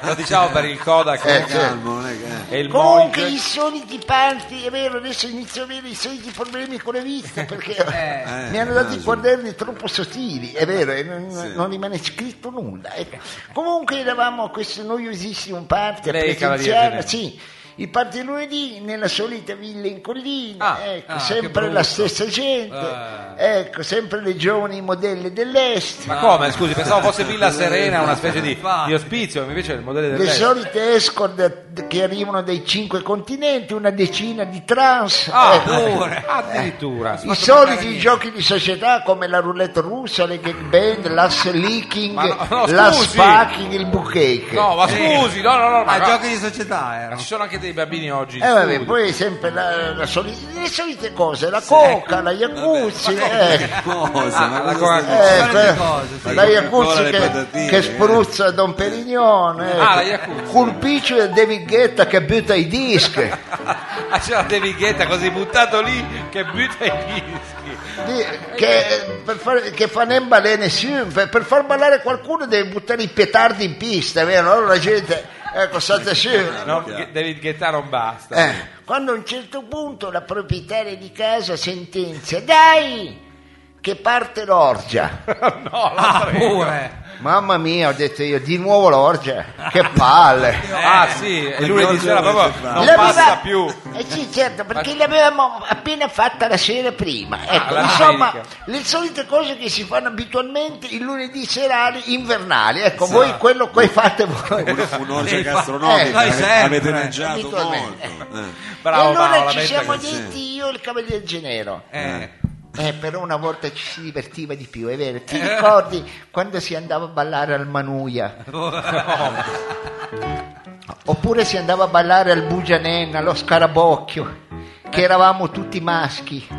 Lo diciamo per il Kodak
Eh,
ma calmo, non è che-
e il
Comunque i
Monk.
soliti parti, è vero, adesso inizio a avere i soliti problemi con la vista, perché
Eh,
mi hanno dato i
immagino.
quaderni troppo sottili, è vero, e non,
Sì.
non rimane scritto nulla. ecco. Comunque eravamo a questo noiosissimo party a
Lei,
presenziare,
Cavaliere Genero.
sì. Il party lunedì nella solita villa in collina,
Ah,
ecco,
ah, che
sempre la
brutto.
stessa gente,
Ah.
ecco, sempre le giovani modelle dell'est.
Ma come? Scusi, pensavo fosse Villa Serena, una specie di,
Infatti.
di ospizio, invece è il modello del
Le
resto.
solite escort che arrivano dai cinque continenti, una decina di trans,
Ah,
ecco.
pure, addirittura.
i soliti giochi di società come la roulette russa, le gang band, l'ass leaking,
Ma no, no,
la
scusi.
spacking, il bucake.
No, ma scusi, no, no, no, ma
Ah,
no.
giochi di società erano.
Ci sono anche dei bambini oggi.
Eh, vabbè,
scusi.
poi sempre la, la soli- le solite cose, la
ecco.
coca, la jacuzzi, eh,
Cosa, ma
Ah, la cosa-
cosa stai-
eh,
solite
que-
cose, sì.
la
La
jacuzzi
Coca-Cola, le
che,
patatine,
che
eh.
spruzza Don Perignon, eh.
Ah, la Yakult.
Culpicio e David Guetta che butta i dischi.
Ah, c'è la Devighetta così buttato lì che butta i dischi.
Di- che, per fare, che fa nem ballare nessuno per, per far ballare qualcuno deve buttare i petardi in pista vero? allora la gente ecco salta su
No, Ghe- David Guetta non basta.
Eh, quando a un certo punto la proprietaria di casa sentenzia dai che parte l'orgia
No, la
Ah,
prego.
pure.
mamma mia ho detto io di nuovo l'orgia che palle
Ah, sì, e lunedì sera proprio non
L'aveva-
passa più.
Eh sì, certo, perché l'avevamo appena fatta la sera prima. Ecco,
Ah, la
insomma,
domenica.
le solite cose che si fanno abitualmente il lunedì serali invernali. Ecco, voi quello che fate voi.
Una- Un'orgia
Sì, fa-
gastronomica,
eh, noi
avete-
sempre.
avete mangiato
Abitualmente.
molto. eh.
Bravo,
e allora
Paolo,
ci
metta
siamo
che
sì.
detti io e il Cavaliere Genero.
Eh.
Eh, però una volta ci si divertiva di più, è vero. Ti ricordi quando si andava a ballare al Manuia? Oppure si andava a ballare al Bugianenna, allo Scarabocchio, che eravamo tutti maschi.
Che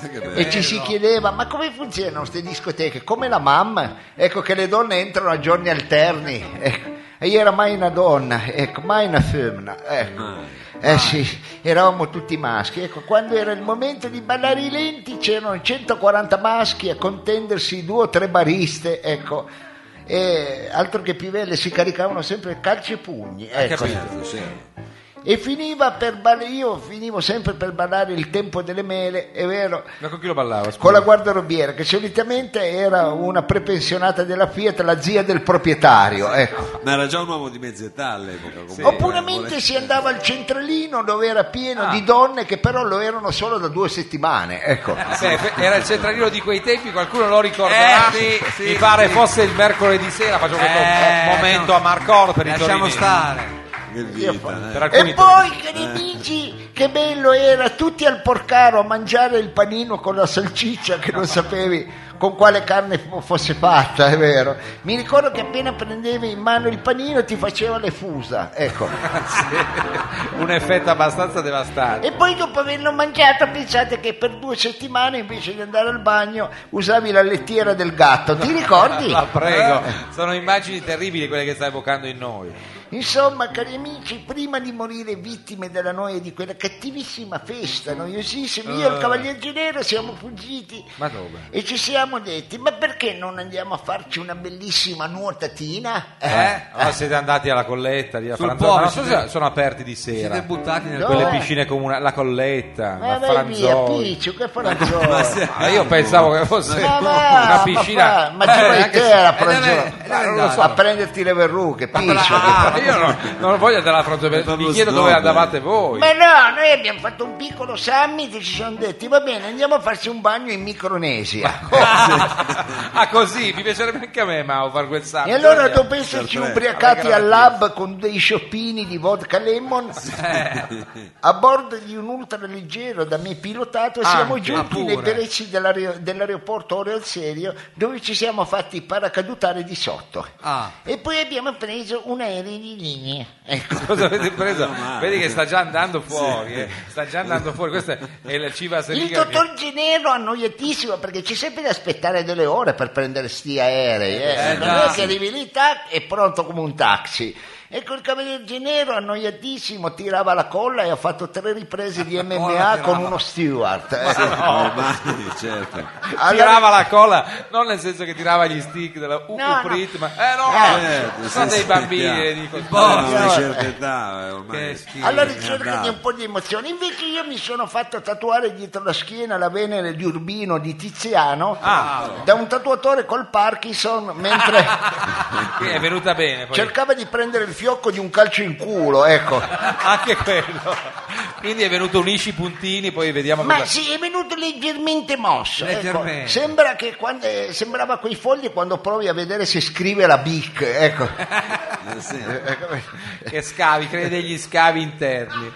Eh.
bello.
E ci si chiedeva, ma come funzionano queste discoteche? Come la mamma? Ecco che le donne entrano a giorni alterni. Ecco. E io era mai una donna, ecco, mai una femmina. Ecco. Eh sì, eravamo tutti maschi. Ecco, quando era il momento di ballare i lenti c'erano 140 maschi a contendersi due o tre bariste, ecco. e altro che pivelle si caricavano sempre calci e pugni. Ecco.
Certo, sì.
E finiva per ballare, io finivo sempre per ballare il tempo delle mele, è vero,
Ma con chi lo ballava? scusa?
con la guardarobiera, che solitamente era una prepensionata della Fiat, la zia del proprietario, ecco.
Ma era già un uomo di mezz'età all'epoca. comunque,
Oppure
eh, volesse-
si andava al centralino dove era pieno di donne che però lo erano solo da due settimane. Ecco.
Beh, fe- era il centralino di quei tempi, qualcuno lo ricorderà.
Eh, sì, sì,
Mi pare
sì.
fosse il mercoledì sera, faccio questo
Eh,
momento
no.
a Marcorte per i
Lasciamo
torinesi.
stare.
Che vita, eh.
Per alcuni
E poi, cari amici, che bello era, tutti al porcaro a mangiare il panino con la salsiccia che non sapevi con quale carne fo- fosse fatta, è vero. Mi ricordo che appena prendevi in mano il panino ti faceva le fusa, ecco.
torinesi. un effetto abbastanza devastante.
E poi dopo averlo mangiato pensate che per due settimane invece di andare al bagno usavi la lettiera del gatto, ti ricordi? Eh.
La Ah, prego, sono immagini terribili quelle che sta evocando in noi.
Insomma, cari amici, prima di morire vittime della noia di quella cattivissima festa noiosissima,
Eh.
io e il Cavalier Genero siamo fuggiti
Ma dove?
e ci siamo detti, ma perché non andiamo a farci una bellissima nuotatina?
Eh? Allora siete andati alla colletta lì a
Sul
Franzona. Ma
Po,
non so
siete-
se sono aperti di sera.
Siete buttati nel
No.
quelle
Eh.
piscine comunali, la colletta,
Ma
la
Eh, vai via,
Franzoni.
Piccio, che faranzola!
Ma io pensavo che fosse
Ma va,
una
ma
piscina.
fa- ma
Eh,
giovane
anche
te
se-
era
eh, deve-
faranzola.
deve
Ma non lo
andare.
so, a prenderti le verruche, Piccio.
Ah, io non, non voglio andare alla Franzoni,
proprio
mi chiedo
Cioè, snob,
dove
eh.
andavate voi.
Ma no, noi abbiamo fatto un piccolo summit e ci siamo detti, va bene, andiamo a farci un bagno in Micronesia.
ah, così, mi piacerebbe anche a me, Mao, far quel
E
sabato.
allora dopo esserci
Certo, eh.
ubriacati al lab con dei scioppini di vodka lemon, a bordo di un ultraleggero da me pilotato, siamo
Anche,
giunti
Ah, ma
nei
pure.
pressi dell'aer- dell'aeroporto Oreo Serio dove ci siamo fatti paracadutare di sotto.
Ah.
E poi abbiamo preso un aereo di linea. Ecco.
Cosa avete preso?
Meno male.
Vedi che sta già andando fuori, eh. sta già andando fuori. Questa è la civa
Il
serica.
dottor Genero annoiatissimo perché c'è sempre da aspettare delle ore per prendere sti aerei. eh. non è che arrivi lì tac, è pronto come un taxi. Ecco il cavaliere Genero annoiatissimo tirava la colla e ha fatto tre riprese di MMA con uno steward. eh.
Ormai, certo.
Alla-
Tirava la colla, non nel senso che tirava gli stick della U-
No,
Uprit, ma eh no,
Certo,
sono
sì,
dei
sì,
bambini.
chiaro.
eh, dico,
Poi,
no,
una
no,
certa età, eh, ormai.
che schifo.
alla
Eh,
ricerca
andava.
di un po' di emozione invece io mi sono fatto tatuare dietro la schiena la venere di Urbino di Tiziano da un tatuatore col Parkinson mentre
Qui è venuta bene poi.
cercava di prendere il fiocco di un calcio in culo, ecco.
anche quello. Quindi è venuto unisci i puntini, poi vediamo
Ma
cosa-
sì, è venuto leggermente mosso. ecco.
Leggermente.
Sembra che quando- eh, sembrava quei fogli quando provi a vedere se scrive la BIC, ecco.
Eh, sì.
che scavi, crei degli scavi interni.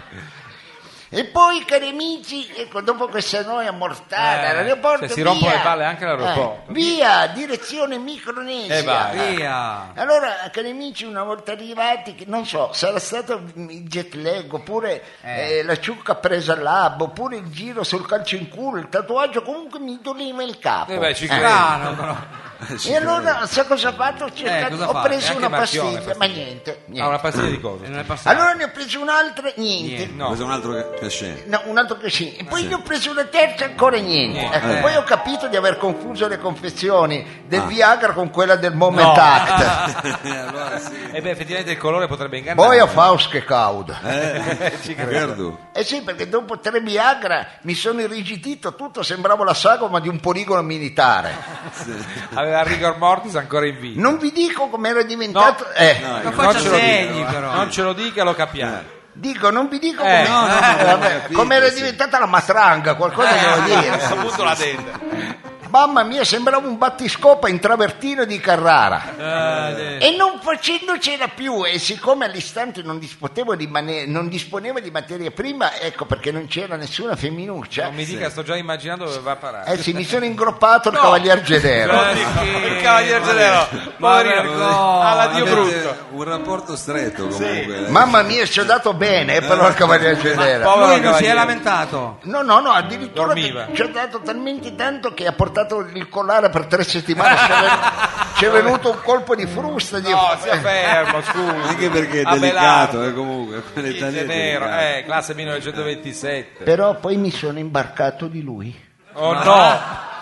E poi, cari amici, ecco, dopo questa noia mortale
Eh,
all'aeroporto...
cioè, si
via.
rompono le palle anche all'aeroporto.
Eh, via, direzione Micronesia.
E vai.
Via.
Allora, cari amici, una volta arrivati, che- non so, sarà stato il jet lag, oppure eh, la ciucca presa al labbro, oppure il giro sul calcio in culo, il tatuaggio, comunque mi doleva il capo.
Eh beh, ci credo.
Strano, però.
E allora, sai cosa ho fatto? Ho, cercato-
cosa
ho
fate?
preso
Anche
una
Marchione,
pastiglia,
pastiglia.
ma niente.
Ah, una
niente.
pastiglia di cosa?
E non è passato.
Allora ne ho preso un'altra, niente.
Ho preso un altro che- che scende.
No, un altro crescino. E poi ne ho preso una terza ancora niente. Ecco, Poi ho capito di aver confuso le confezioni del Viagra con quella del Moment
No.
Act.
E beh, effettivamente il colore potrebbe ingannare.
Poi ho Faust che caudo.
Eh, ci credo.
Eh sì, perché dopo tre Viagra mi sono irrigidito tutto, sembravo la sagoma di un poligono militare.
Aveva il rigor mortis ancora in vita.
Non vi dico com'era diventato... eh,
No,
Non
io-
faccia
ce lo dica,
segni,
guarda.
però.
Non ce lo dica, lo capiamo.
Eh,
Dico, non vi dico
Eh,
com'è-
no,
no, no,
eh, vabbè,
ho capito,
com'era
sì.
diventata la matranga, qualcosa devo
a questo
dire.
punto la detta.
Mamma mia, sembravo un battiscopa in travertino di Carrara. E non facendocela più, e siccome all'istante non, dispotevo rimane- non disponevo di materia prima, ecco perché non c'era nessuna femminuccia,
Non mi dica, sto già immaginando dove va a parare.
eh sì, mi sono ingroppato il cavalier Gedero.
Il cavalier Genero,
Ma
poverino,
vergogna.
alla Ah, Dio
Avete
brutto.
Un rapporto stretto comunque. eh.
Mamma mia, ci ho dato bene eh, però il cavalier Gedero.
povero
Lui non si
cavaliere.
è lamentato.
No, no, no, addirittura
Dormiva.
ci ho dato talmente tanto che ha portato il collare per tre settimane. C'è ven- C'è venuto un colpo di frusta. Di... Eh.
No, sia fermo, scusi.
Anche perché è
A
delicato,
Belardo.
eh, comunque. quelle
Ah, Sì,
tagliate
è vero,
delicate.
eh, classe 1927.
Però poi mi sono imbarcato di lui.
Oh no,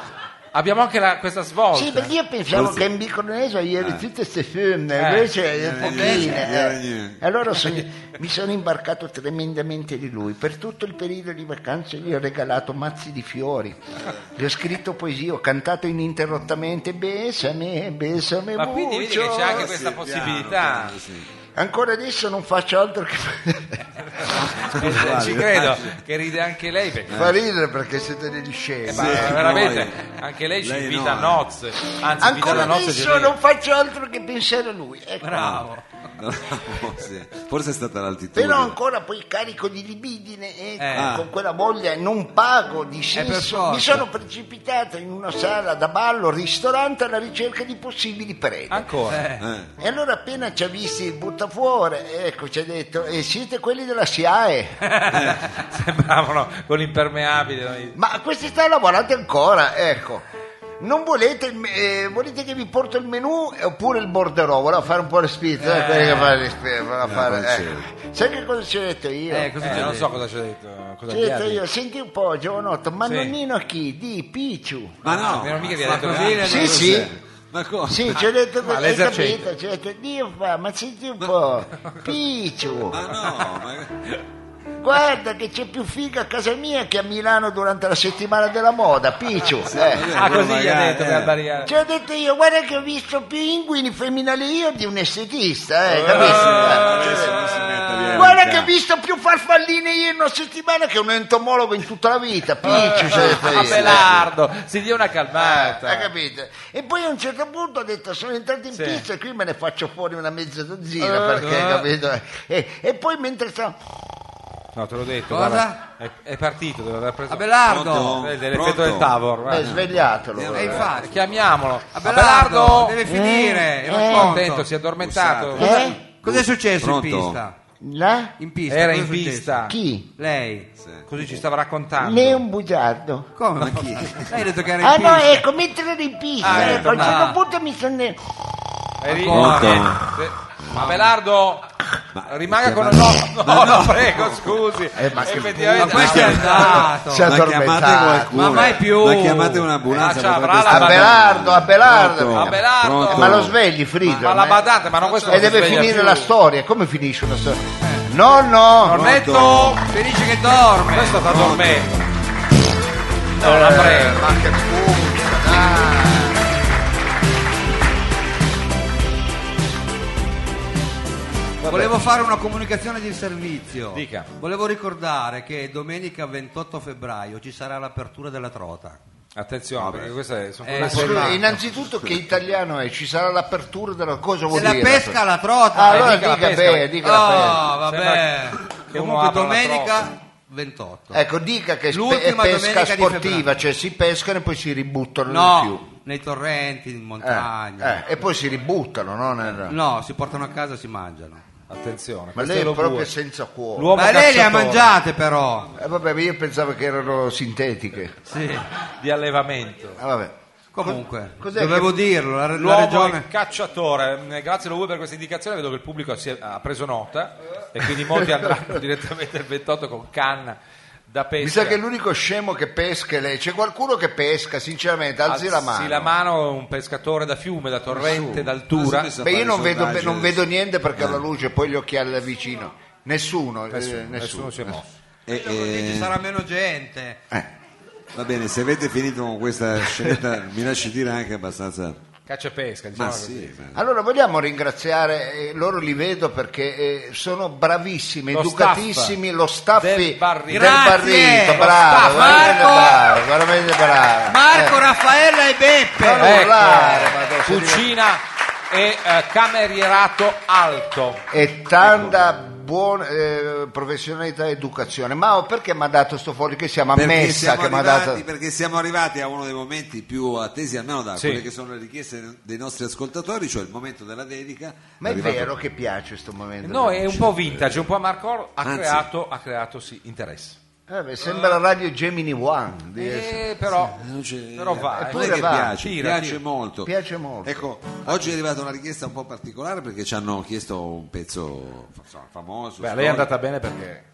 Abbiamo anche la- questa svolta.
Sì, perché io pensavo che in Micronesia ieri tutte queste femmine,
Eh,
invece
non era
pochine,
niente, non era
eh.
niente.
Allora so- mi sono imbarcato tremendamente di lui. Per tutto il periodo di vacanze gli ho regalato mazzi di fiori. Gli ho scritto poesie, ho cantato ininterrottamente Besame, besame
Ma quindi vedi che
mucho".
c'è anche questa possibilità.
Ancora adesso non faccio altro che
Eh, Ci credo che ride anche lei. perché-
fa ridere perché siete degli scemi.
Eh. ma
Sì,
veramente,
noi-
anche lei ci
lei no,
invita
eh.
a nozze. Anzi, invita
Ancora
alla nozze
adesso
Germania.
non faccio altro che pensare a lui. ecco.
Forse, forse è stata l'altitudine.
Però ancora poi carico di libidine e
Eh.
con quella voglia non pago di
Eh, per
sesso.
forza.
Mi sono precipitato in una sala da ballo, ristorante alla ricerca di possibili
Ah.
prede.
Ancora.
Eh,
E allora appena ci ha visti il buttafuore, ecco, ci ha detto, e siete quelli della SIAE?
Sembravano con l'impermeabile. noi-
Ma quest'estate lavorate ancora, ecco. Non volete, il me- eh, volete che vi porto il menù oppure il borderò? Voleva fare un po' la spizza, eh, quelli che fa le spizze, voleva fare,
poi
eh. Sai che cosa ci ho detto io?
Eh, cosa
Eh,
c'è
non
dentro?
so cosa ci ha detto. Cosa
Sì,
gli ha
detto
detto.
io, senti un po', giovanotto, ma
Sì.
nonnino chi? Di Picciu.
Ma no,
Mi ero Ah, mica vi ha
Ma
detto
così
che-
le-
Sì, sì.
ma come?
Sì, ci ho detto
Ah, ma
così, hai
l'esercente.
capito? Ci ho detto, Dio fa, ma senti un po', Picciu,
Ma no, ma...
guarda che c'è più figa a casa mia che a Milano durante la settimana della moda, Picciu. eh.
Ah, così gli ha
Magari,
detto
eh.
per barriera.
Ci ho detto io, guarda che ho visto più inguini femminili io di un estetista, eh,
Ah,
capito?
adesso non si metta
Eh.
via.
Guarda che ho visto più farfalline io in una settimana che un entomologo in tutta la vita, Picciu, ci ho detto io.
Ah,
Eh,
Abelardo, si dia una
Hai
calmata.
capito? E poi a un certo punto ho detto sono entrato in
Certo. Sì.
pista e qui me ne faccio fuori una mezza dozzina perché,
eh.
capito? E, e poi mentre eh, stavo...
No, te l'ho detto.
Cosa?
guarda, è, è partito, deve aver preso.
Abelardo!
Pronto?
Eh, L'effetto
Pronto?
del Tavor.
Beh,
guarda.
svegliatelo.
Eh,
eh.
E
guarda.
infatti,
Chiamiamolo.
Abelardo,
Abelardo,
deve finire.
Eh,
il
eh.
racconto.
contento, si è addormentato.
Bussate.
Eh?
Cos'è successo in
Pronto?
pista?
Là?
In pista.
Era in
cosa è successo?
pista.
Chi?
Lei.
Così ci stava raccontando.
Lei è un bugiardo.
Come? Ma chi? Lei ha detto che era in
Ah no,
pista.
ecco, mentre ero in pista,
Ah,
ecco, a un
no.
certo punto mi sono...
E lì-
Pronto?
Eh, sì. Ma Belardo
Ma-
rimanga con
chiamate-
no, no, no, prego, scusi.
ma che-
Ma
Effettivamente
questo è andato.
Si è
Ma chiamate
addormentato.
qualcuno.
Ma mai più.
Ma chiamate
Ah,
un'ambulanza.
ciao,
potrebbe
brava,
stare-
Abelardo, Abelardo.
Pronto?
Abelardo.
Pronto?
Ma lo svegli, Frido. Eh?
Ma la badate, ma non questo
E
non si
deve
sveglia
finire
più.
la storia. Come finisce una storia? No, no.
Cornetto,
Felice che dorme.
questo sta dormendo. No, la prego.
Ma che punta, dai.
Volevo fare una comunicazione di servizio.
Dica.
Volevo ricordare che domenica 28 febbraio ci sarà l'apertura della trota.
Attenzione, perché queste sono
Eh,
Ma
cose-
sì.
scusa,
Selvatico.
innanziutto che italiano è? Ci sarà l'apertura della cosa vuol
la
dire?
pesca alla trota.
Ah, allora
Eh, dica la
dica,
pesca.
bene, dica la
Oh, vabbè.
Sembra che uno
Comunque
apra la
domenica 28.
pesca. Ecco, dica che spe- è
L'ultima
pesca
domenica di
sportiva,
febbraio.
cioè si pescano e poi si ributtano in più.
No, nei torrenti, in
Eh,
montagna.
eh, e poi si ributtano, no?
eh.
Nel-
No, si portano a casa e si mangiano.
Attenzione,
Ma
questo
lei
lo
è proprio
vuole.
senza cuore.
L'uomo
Ma lei le ha
cacciatore
mangiate però.
Eh, vabbè, ma io pensavo che erano sintetiche.
Sì.
di allevamento.
Ah, vabbè.
Comunque,
Cos'è
dovevo
che-
dirlo, la, la
L'uomo è
regione...
cacciatore, Eh, grazie Lovu per questa indicazione, vedo che il pubblico si è- ha preso nota e quindi molti andranno direttamente al 28 con canna da pesca.
Mi sa che l'unico scemo che pesca è lei. C'è qualcuno che pesca, sinceramente, alzi, la mano.
Ah, Sì, la mano è un pescatore da fiume, da torrente, d'altura.
Adesso
Beh, io non
fare
vedo,
sondaggi
non
adesso.
vedo niente perché ho la luce, poi gli occhiali da vicino. Nessuno, eh,
Eh. Nessuno,
nessuno.
nessuno si è mosso.
Eh,
Così
eh,
ci sarà meno gente.
Va bene, se avete finito con questa scenetta, mi lasci dire anche abbastanza.
Caccia e pesca, diciamo
Ma
così.
sì, ma-
Allora vogliamo ringraziare, eh, loro li vedo perché eh, sono bravissimi,
Lo
educatissimi, lo staff
del
del
Barrito.
barrito,
Grazie, lo staff.
bravo, veramente
Marco-
bravo, veramente bravo.
Marco,
Eh,
Raffaella e Beppe.
non
Ecco.
urlare, ma adesso diventa-
Cucina e eh, camerierato alto.
E tanta buona eh, professionalità ed educazione. Ma oh, perché mi ha dato sto foglio che siamo a
Perché
messa?
siamo,
Che mi ha
arrivati,
dato...
perché siamo arrivati a uno dei momenti più attesi, almeno da
Sì.
quelle che sono le richieste dei nostri ascoltatori, cioè il momento della dedica.
Ma è
arrivato-
vero che piace questo momento.
No, è un po' vintage, un po' a Marco Oro, ha
Anzi.
creato, ha creato sì, interesse.
Eh, beh, sembra la radio Gemini One. di essere.
Eh, però,
Non c'è-
però va, eh.
non è
Eppure
che
va,
piace,
tira,
piace
tira.
molto.
Piace molto.
Ecco, oggi è arrivata una richiesta un po' particolare perché ci hanno chiesto un pezzo insomma, famoso.
Beh,
storico.
lei è andata bene perché...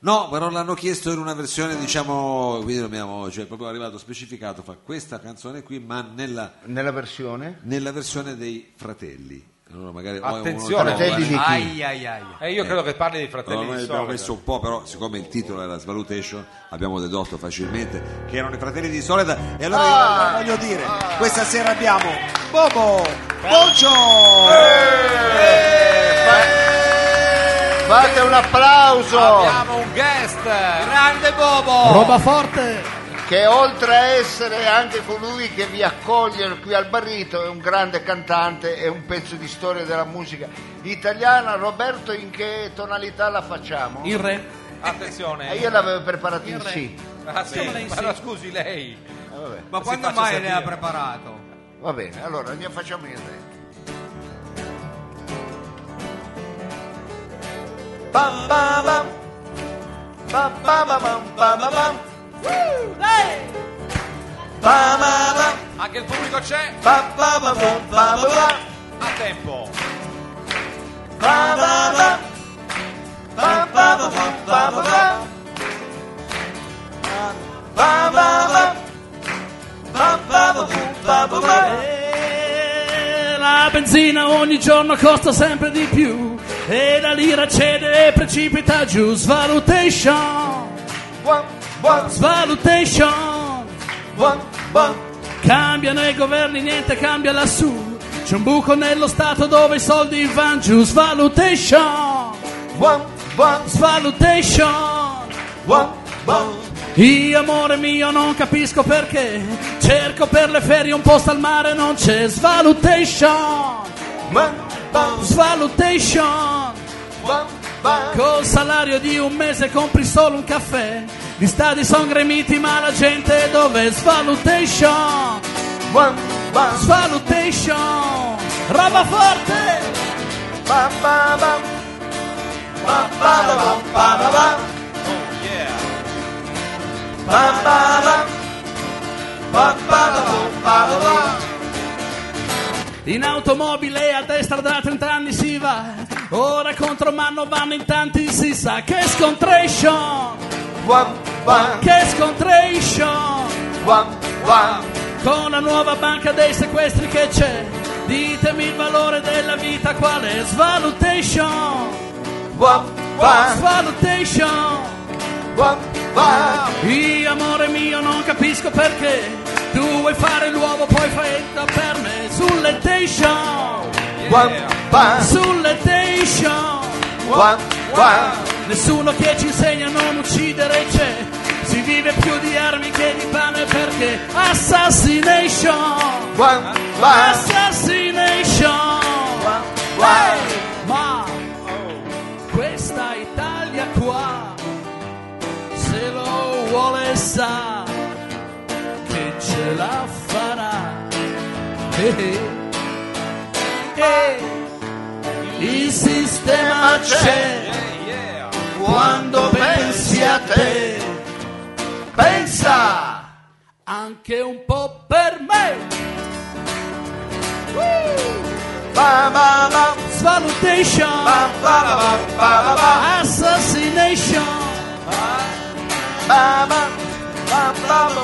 No, però l'hanno chiesto in una versione, diciamo, quindi dobbiamo, cioè, proprio arrivato specificato, fa questa canzone qui, ma nella,
Nella versione?
nella versione dei fratelli. Allora magari o è uno
Attenzione,
o è uno,
Fratelli di
guarda.
chi?
Ai, ai, ai.
Eh, io credo che parli dei fratelli
Allora, noi
di
abbiamo
Soledad.
messo un po', però siccome il titolo era Svalutation, abbiamo dedotto facilmente che erano i fratelli di Soledad. E
Ah!
allora io voglio dire, questa sera abbiamo Bobo, Boccio,
Fate un applauso!
Abbiamo un guest, grande Bobo.
Roba forte!
che oltre a essere anche colui che vi accoglie qui al barrito è un grande cantante e un pezzo di storia della musica italiana Roberto in che tonalità la facciamo?
Il re.
Attenzione.
Eh, io l'avevo preparata in
Il re.
sì
Ah, sì,
Siamo lei,
ma
sì.
no, scusi lei.
Eh, vabbè.
Ma
Si
quando
faccia
mai ne ha
sentire.
preparato?
va bene allora andiamo facciamo il re
Bam, bam, bam. Bam, bam, bam, bam, bam, bam, bam. Bam, bam, bam.
Anche il pubblico c'è,
Bam, bam, bam, bam, bam, bam, bam.
a tempo.
Bam, bam, bam. Bam, bam, bam, bam, bam, bam, bam. Bam, bam, bam. Bam, bam, bam, bam, bam, bam.
E Eh, la benzina ogni giorno costa sempre di più. E la lira cede e precipita giù. Svalutation,
Buon, buon,
svalutation.
buon, buon.
Cambiano i governi, niente cambia lassù. C'è un buco nello Stato dove i soldi vanno giù. Svalutation,
Buon, buon,
svalutation.
buon, buon.
Io amore mio non capisco perché Cerco per le ferie un posto al mare non c'è Svalutation,
Buon, buon,
svalutation
buon, buon.
Col salario di un mese compri solo un caffè Gli stadi sono gremiti ma la gente dov'è Svalutation,
Buon, buon.
svalutation Roba forte!
Bam, bam, bam. Bam, bam, bam, bam, bam, bam. Bam, bam, bam. Bam, bam, bam, bam, bam, bam.
In automobile a destra da 30 anni si va Oh. Ora contro mano vanno in tanti si sa Che scontration,
Buon, buon,
che scontration
buon, buon.
Con la nuova banca dei sequestri che c'è, ditemi il valore della vita qual è? Svalutation,
Buon, buon,
svalutation.
buon, buon.
Io amore mio non capisco perché, tu vuoi fare l'uovo poi fai da per me. Sulletation,
Buon, buon,
sulletation.
buon, buon.
Nessuno che ci insegna a non uccidere c'è, si vive più di armi che di pane perché assassination,
Buon, buon,
assassination.
buon, buon.
Ma questa Italia qua, se lo vuole sa, che ce la farà. Eh, eh. Eh, Il sistema c'è quando pensi a te. Pensa anche un po' per me.
Bam, bam, bam.
Svalutation.
Bam, bam, bam, bam, bam.
Assassination
Bam, bam, bam, bam, bam,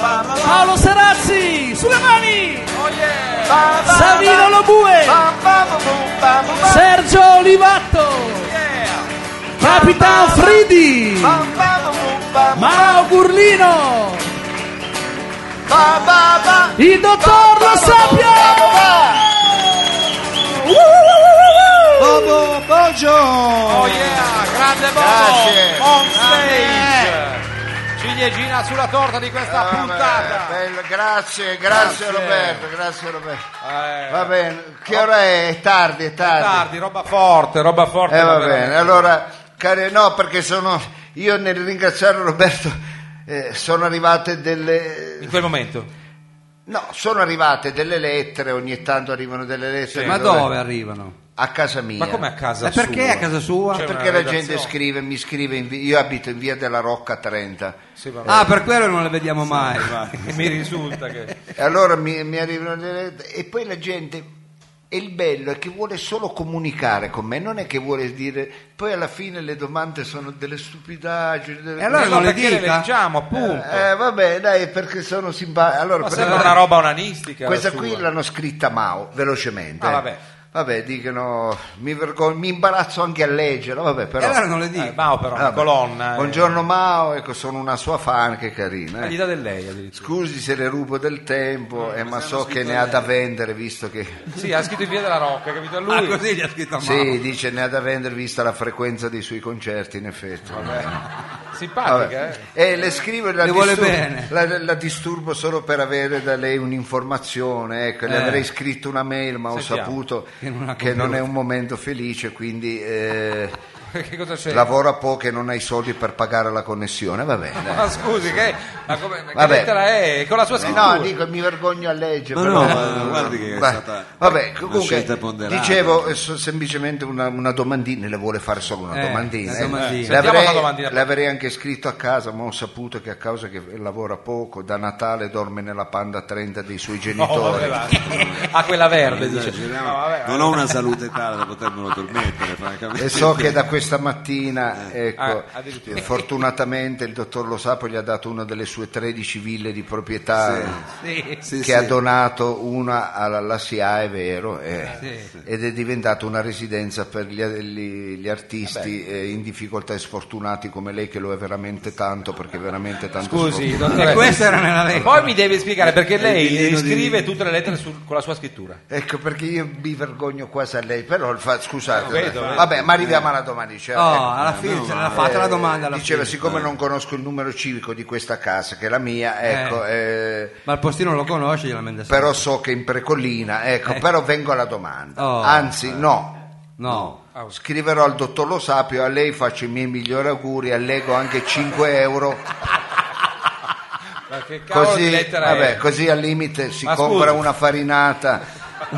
bam, bam.
Paolo Serazzi sulle mani
Bam, bam,
Oh, Savino
bam.
Lobue
Bam, bam, bam, bam, bam.
Sergio Olivatto Capitan Fridi
Bam, bam, bam, bam,
Mao Burlino
bam, bam, bam.
Il dottor Lo Sapio
Bobo, Boccio.
Oh yeah, grande Bobo.
Grazie.
On stage. Ciliegina sulla torta di questa
Ah,
puntata.
beh, bello, grazie, grazie
Grazie.
Roberto grazie Roberto
Eh,
va bene che ora è? È tardi è tardi,
tardi, roba forte, roba forte.
Eh, va
davvero.
bene, allora, care, no, perché sono io nel ringraziare Roberto eh, sono arrivate delle
In quel momento.
no, sono arrivate delle lettere, ogni tanto arrivano delle lettere.
Ma
Roberto.
dove arrivano?
A casa mia.
Ma come a casa
E Eh, perché
sua?
a casa sua?
C'è
Perché
una
la gente
redazione.
scrive, mi scrive, in vi- io abito in via della Rocca a 30
Sì, vabbè.
Ah, per quello non le vediamo mai.
Mi risulta che...
e allora mi, mi arrivano delle lettere e poi la gente E il bello è che vuole solo comunicare con me, non è che vuole dire. Poi alla fine le domande sono delle stupidaggini. Delle...
E allora
Eh,
non
no,
le
perché le
dica.
diciamo appunto.
Eh, vabbè, dai, perché sono simpatico. Allora,
Ma
per
sembra
esempio,
una roba onanistica. la
Questa
sua.
qui l'hanno scritta Mao, velocemente.
Ah,
eh.
vabbè.
Vabbè, dicono, mi vergogno, mi imbarazzo anche a leggere, vabbè, però.
E allora non le dica.
Eh, Mao però, una
Ah, Vabbè.
colonna. eh.
Buongiorno Mao, ecco, sono una sua fan, che carina.
Ma
eh.
Gli dà del lei addirittura.
Scusi se le rubo del tempo, eh, ma so che ne ha da vendere visto che.
Sì, ha scritto in via della Rocca, capito? A Lui.
Ah, così gli ha scritto a mano.
Sì, dice ne ha da vendere vista la frequenza dei suoi concerti, in effetti.
Simpatica,
Vabbè.
eh.
E le scrivo e la,
Le vuole
disturbo,
bene.
la- la disturbo solo per avere da lei un'informazione. Ecco, le
Eh.
avrei scritto una mail, ma
Sentiamo.
ho saputo
Che non ha
che non
compiuto.
è un momento felice, quindi eh,
Che cosa c'è?
lavora poco e non ha i soldi per pagare la connessione. Va bene.
Ma scusi, che, ma come, ma che
Vabbè.
lettera è? Con la sua scrittura.
No, dico, mi vergogno a leggere.
Ma
però-
no, ma guardi che è
Va-
stata
Vabbè,
una
comunque,
scelta ponderata.
dicevo eh, so- semplicemente una, una domandina, le vuole fare solo una
Eh,
domandina.
una
eh.
domandina.
Sentiamo la
L'avrei,
domandina.
l'avrei anche scritto a casa, ma ho saputo che a causa che lavora poco, da Natale dorme nella Panda 30 dei suoi
No, vabbè,
genitori.
va. a quella verde, dice.
Esageriamo.
No, vabbè,
non ho una salute tale da potermelo permettere, francamente.
e so che da questa mattina, ecco,
Ah, addirittura.
eh, fortunatamente il dottor Lo Sapo gli ha dato una delle sue 13 ville di proprietà.
Sì,
che
sì.
ha donato una alla, alla SIA, è vero, eh, ed è diventata una residenza per gli, gli- gli artisti eh, in difficoltà e sfortunati come lei, che lo è veramente tanto, perché è veramente tanto
Scusi,
sfortunato.
dottor-
E questa era nella vecchia.
Eh, Poi mi deve spiegare perché lei
pieno di-
scrive tutte le lettere sul- con la sua scrittura.
Ecco perché io mi vergogno quasi a lei, però il fa- scusate,
vedo, vedo.
vabbè, ma arriviamo alla domanda. diceva,
Oh,
ecco,
alla fine ce l'ha fatta la domanda. alla
diceva,
fine. Eh.
siccome non conosco il numero civico di questa casa, che è la mia, ecco, eh,
Ma il postino lo conosce, gliela manda sempre.
però so che è in precollina, ecco, però vengo alla domanda.
Oh.
Anzi, no,
No.
Scriverò al dottor Lo Sapio, a lei faccio i miei migliori auguri, allego anche 5 euro,
Ma che cavolo di
così,
lettera
vabbè,
è?
così al limite si
Ma
compra
scusi.
una farinata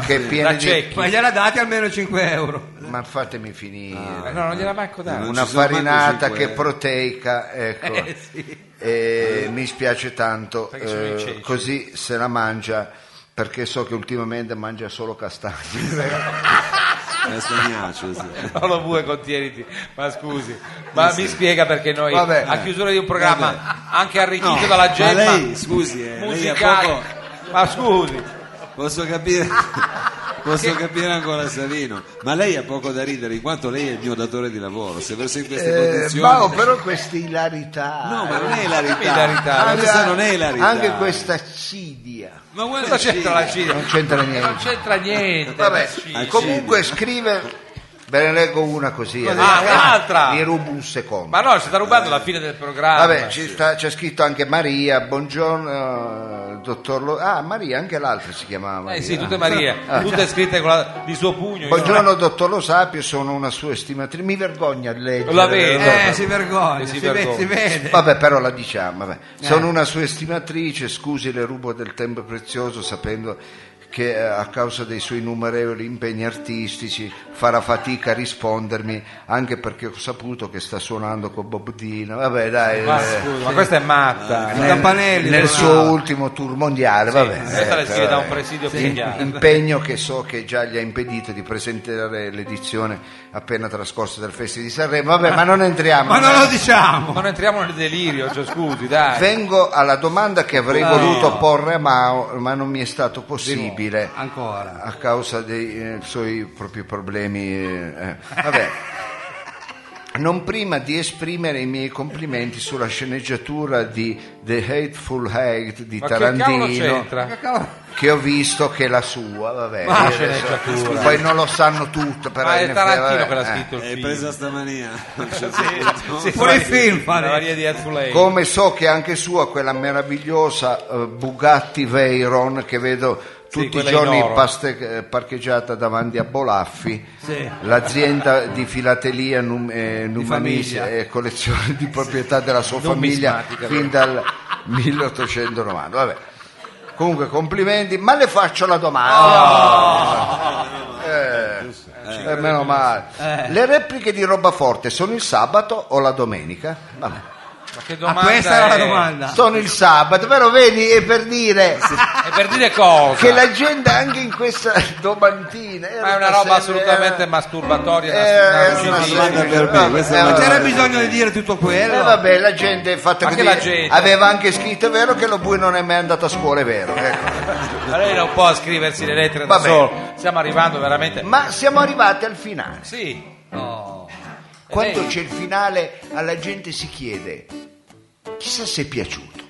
che è piena
La
di...
cecchi.
Ma gliela date almeno 5 euro.
Ma fatemi finire.
Eh, No, non gliela manco dare.
Non
Una
Ah, ci sono manco
farinata
cinque
che è
euro.
proteica, ecco.
Eh, sì.
E mi spiace tanto,
Perché sono
eh,
i ceci.
così se la mangia, perché so che ultimamente mangia solo castagne.
È sognace, sì.
No, lo vuoi, contieniti. Ma scusi, ma mi spiega perché noi
Vabbè.
a chiusura di un programma anche arricchito
No,
dalla
ma
gemma
lei, scusi, eh, lei ha
musicale. Ma scusi,
Posso capire, posso capire ancora Savino, ma lei ha poco da ridere in quanto lei è il mio datore di lavoro. Se fosse in queste
Eh,
condizioni,
Mao, però questa ilarità...
no, ma non è la
Che ilarità?
verità. Ma questa non è la verità.
Anche questa cidia.
Ma guarda,
cosa c'entra la Cina?
Non c'entra
Non
niente.
c'entra niente.
Vabbè,
Sì.
comunque scrive. Ve ne leggo una così. adesso.
Ah, un'altra!
Vi rubo un secondo.
Ma no, ci sta rubando la fine del programma.
Vabbè, ci sta- c'è scritto anche Maria, buongiorno, eh, dottor Lo... Ah, Maria, anche l'altra si chiamava Maria.
Eh sì, tutte Maria, tutte scritte con la- di suo pugno.
Buongiorno, dottor Lo Sapio, sono una sua estimatrice. Mi vergogno a leggere.
La vedo.
Eh,
Eh, si vergogna,
Si
si,
vergogna.
ve- si
Eh.
vede.
Vabbè, però la diciamo. vabbè. Sono una sua estimatrice, scusi le rubo del tempo prezioso sapendo che eh, a causa dei suoi innumerevoli impegni artistici farà fatica a rispondermi, anche perché ho saputo che sta suonando con Bob Dylan. Vabbè, dai.
Ma,
eh,
scusa, Eh, ma questa è matta.
Nel- Campanelli,
nel
suonava.
suo ultimo tour mondiale, vabbè.
Questa la
Eh,
scrive da un
vabbè.
presidio psichiatrico.
Impegno che so che già gli ha impedito di presentare l'edizione appena trascorsa del Festival di Sanremo. Vabbè, ma non entriamo.
Ma non lo diciamo.
Ma non entriamo nel delirio, cioè, scusi, dai.
Vengo alla domanda che
Ah.
avrei voluto porre a Mao, ma non mi è stato possibile
Ancora.
a causa dei eh, suoi propri problemi. eh, eh. Vabbè. Non prima di esprimere i miei complimenti sulla sceneggiatura di The Hateful Hate di
Ma che cavolo
Tarantino,
c'entra?
che ho visto che è la sua, vabbè,
Ma
io
la sceneggiatura.
poi non lo sanno tutto, però
Ma
in
è
effetti,
Tarantino
vabbè,
che l'ha
eh.
scritto il
È
film.
presa sta mania.
Sì,
Pure
sì,
i film
sì,
fa
la
lei.
Maria di Hathaway.
Come so che anche sua quella meravigliosa eh, Bugatti Veyron che vedo
Sì,
tutti
quella
i giorni
in oro.
paste- eh, parcheggiata davanti a Bolaffi,
Sì.
l'azienda di filatelia num- eh, numanisia
famiglia.
e collezione di proprietà della sua famiglia
numismatica,
fin dal 1890. Vabbè. Comunque complimenti, ma le faccio la domanda.
Oh!
Eh, eh,
Eh.
meno male. Le repliche di Robaforte sono il sabato o la domenica? Vabbè.
Ma che
Ma
domanda
questa era
è?
la domanda.
Sono il sabato, però vedi, è per dire
È per dire cosa?
che l'agenda anche in questa domantina era
Ma è una roba
sempre-
assolutamente masturbatoria.
Eh,
una- una
sì,
Una
roba-
sì,
domanda
sì,
per me,
vabbè,
questa è
eh,
una-
vabbè.
C'era bisogno di dire tutto quello.
E Eh, vabbè, la gente è fatta
Anche
così.
la gente.
Aveva anche scritto, è vero che lo bue non è mai andato a scuola, è vero.
Eh.
ecco.
Ma lei non può scriversi le lettere da
Vabbè.
solo. Stiamo arrivando veramente.
Ma siamo arrivati al finale.
Sì.
Quando
Eh.
c'è il finale, alla gente si chiede, chissà se è piaciuto,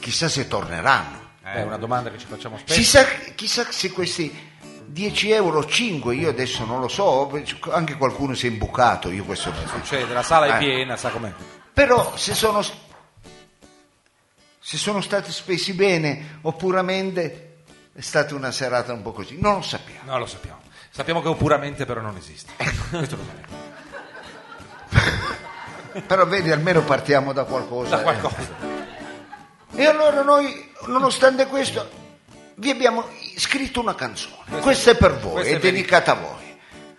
chissà se torneranno,
Eh, È una domanda che ci facciamo spesso.
chissà, chissà se questi 10 euro, 5, io adesso non lo so, anche qualcuno si è imbucato, io questo non so.
Cioè, la sala è
Eh.
piena, sa com'è.
Però se sono, se sono stati spesi bene o puramente è stata una serata un po' così, non lo sappiamo.
No, lo sappiamo. Sappiamo che un puramente però non esiste. Questo lo sappiamo.
Però vedi, almeno partiamo da qualcosa. eh.
Da qualcosa.
E allora noi, nonostante questo, vi abbiamo scritto una canzone. Questa è per voi,
questa
è,
è per-
dedicata a voi.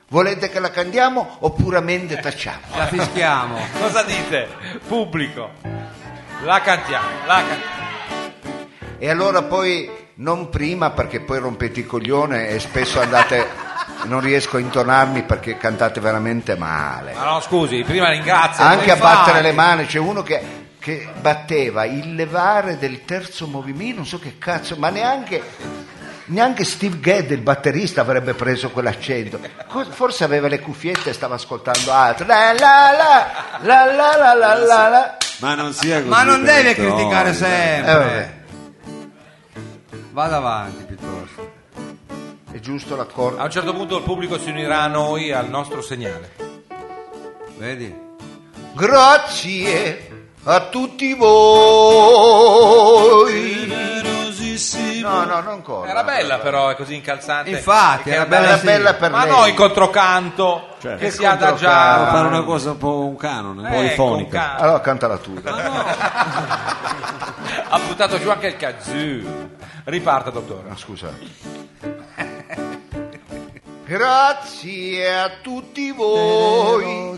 Volete che la cantiamo o puramente tacciamo?
La fischiamo.
Cosa dite? Pubblico. La cantiamo, la cantiamo.
E allora poi, non prima perché poi rompete il coglione e spesso andate... Non riesco a intonarmi perché cantate veramente male.
Ma no, scusi, prima ringrazio.
anche a
Infatti.
battere le mani c'è uno che, che batteva il levare del terzo movimento non so che cazzo ma neanche neanche Steve Gadd il batterista avrebbe preso quell'accento Cosa- forse aveva le cuffiette e stava ascoltando altro la la la la la la la la la
Ma non sia così.
Ma non deve
Bertone.
criticare
Eh, vabbè.
sempre. Vada avanti piuttosto.
è giusto
A
l'accordo
un certo punto il pubblico si unirà a noi al nostro segnale.
Vedi?
grazie a tutti voi no no non ancora
Era bella però, è così incalzante.
Infatti,
E che-
era
era
bella. sì.
bella per
Ma
lei
no, il controcanto che
Il
si adagiava.
controcanto.
Fare una cosa un po' un canone.
Eh,
Poi
con
fonica.
can-
allora cantala tu dai.
Ha buttato giù anche il kazoo. Riparta, dottore.
Ah, scusa. Grazie a tutti voi,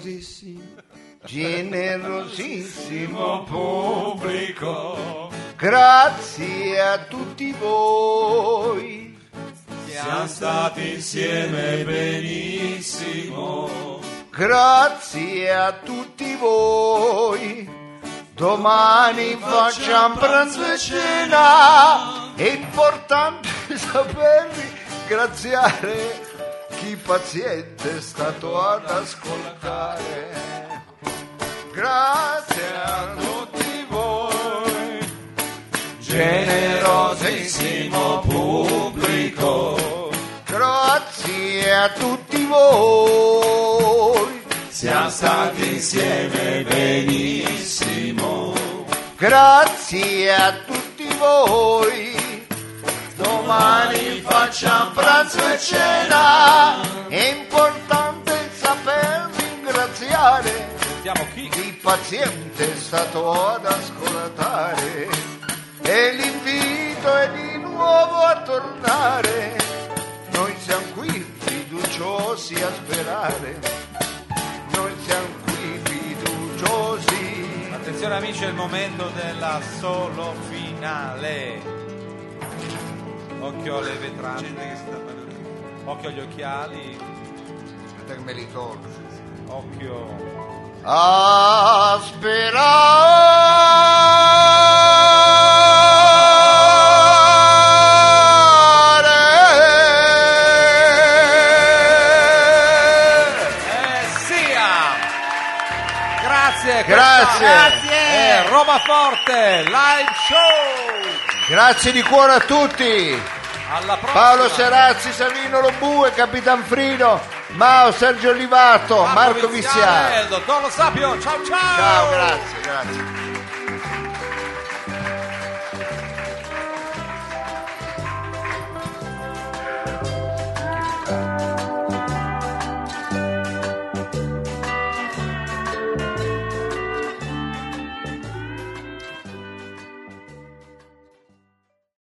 generosissimo pubblico. Grazie a tutti voi. Siamo stati insieme benissimo. Grazie a tutti voi. Domani facciamo pranzo e cena, è importante sapervi graziare chi paziente è stato ad ascoltare. Grazie a tutti voi, generosissimo pubblico, grazie a tutti voi. Siamo stati insieme benissimo. Grazie a tutti voi. Domani facciamo pranzo e cena. È importante saper ringraziare
Sentiamo chi?
chi paziente è stato ad ascoltare. E l'invito è di nuovo a tornare. Noi siamo qui fiduciosi a sperare. Noi siamo qui fiduciosi.
Attenzione amici, è il momento della solo finale. Occhio alle vetrate. Occhio agli occhiali.
Aspetta che me li tolgo.
Occhio.
a sperare.
Eh, sia! Grazie.
Grazie. Eh.
Grazie. Roma Forte, live show.
Grazie di cuore a tutti.
Alla prossima.
Paolo Serazzi, Salvino Lobue, Capitan Frino, Mao, Sergio Olivato, Marco Viziale.
Dottor Lo Sapio. Ciao ciao.
Ciao, grazie, grazie.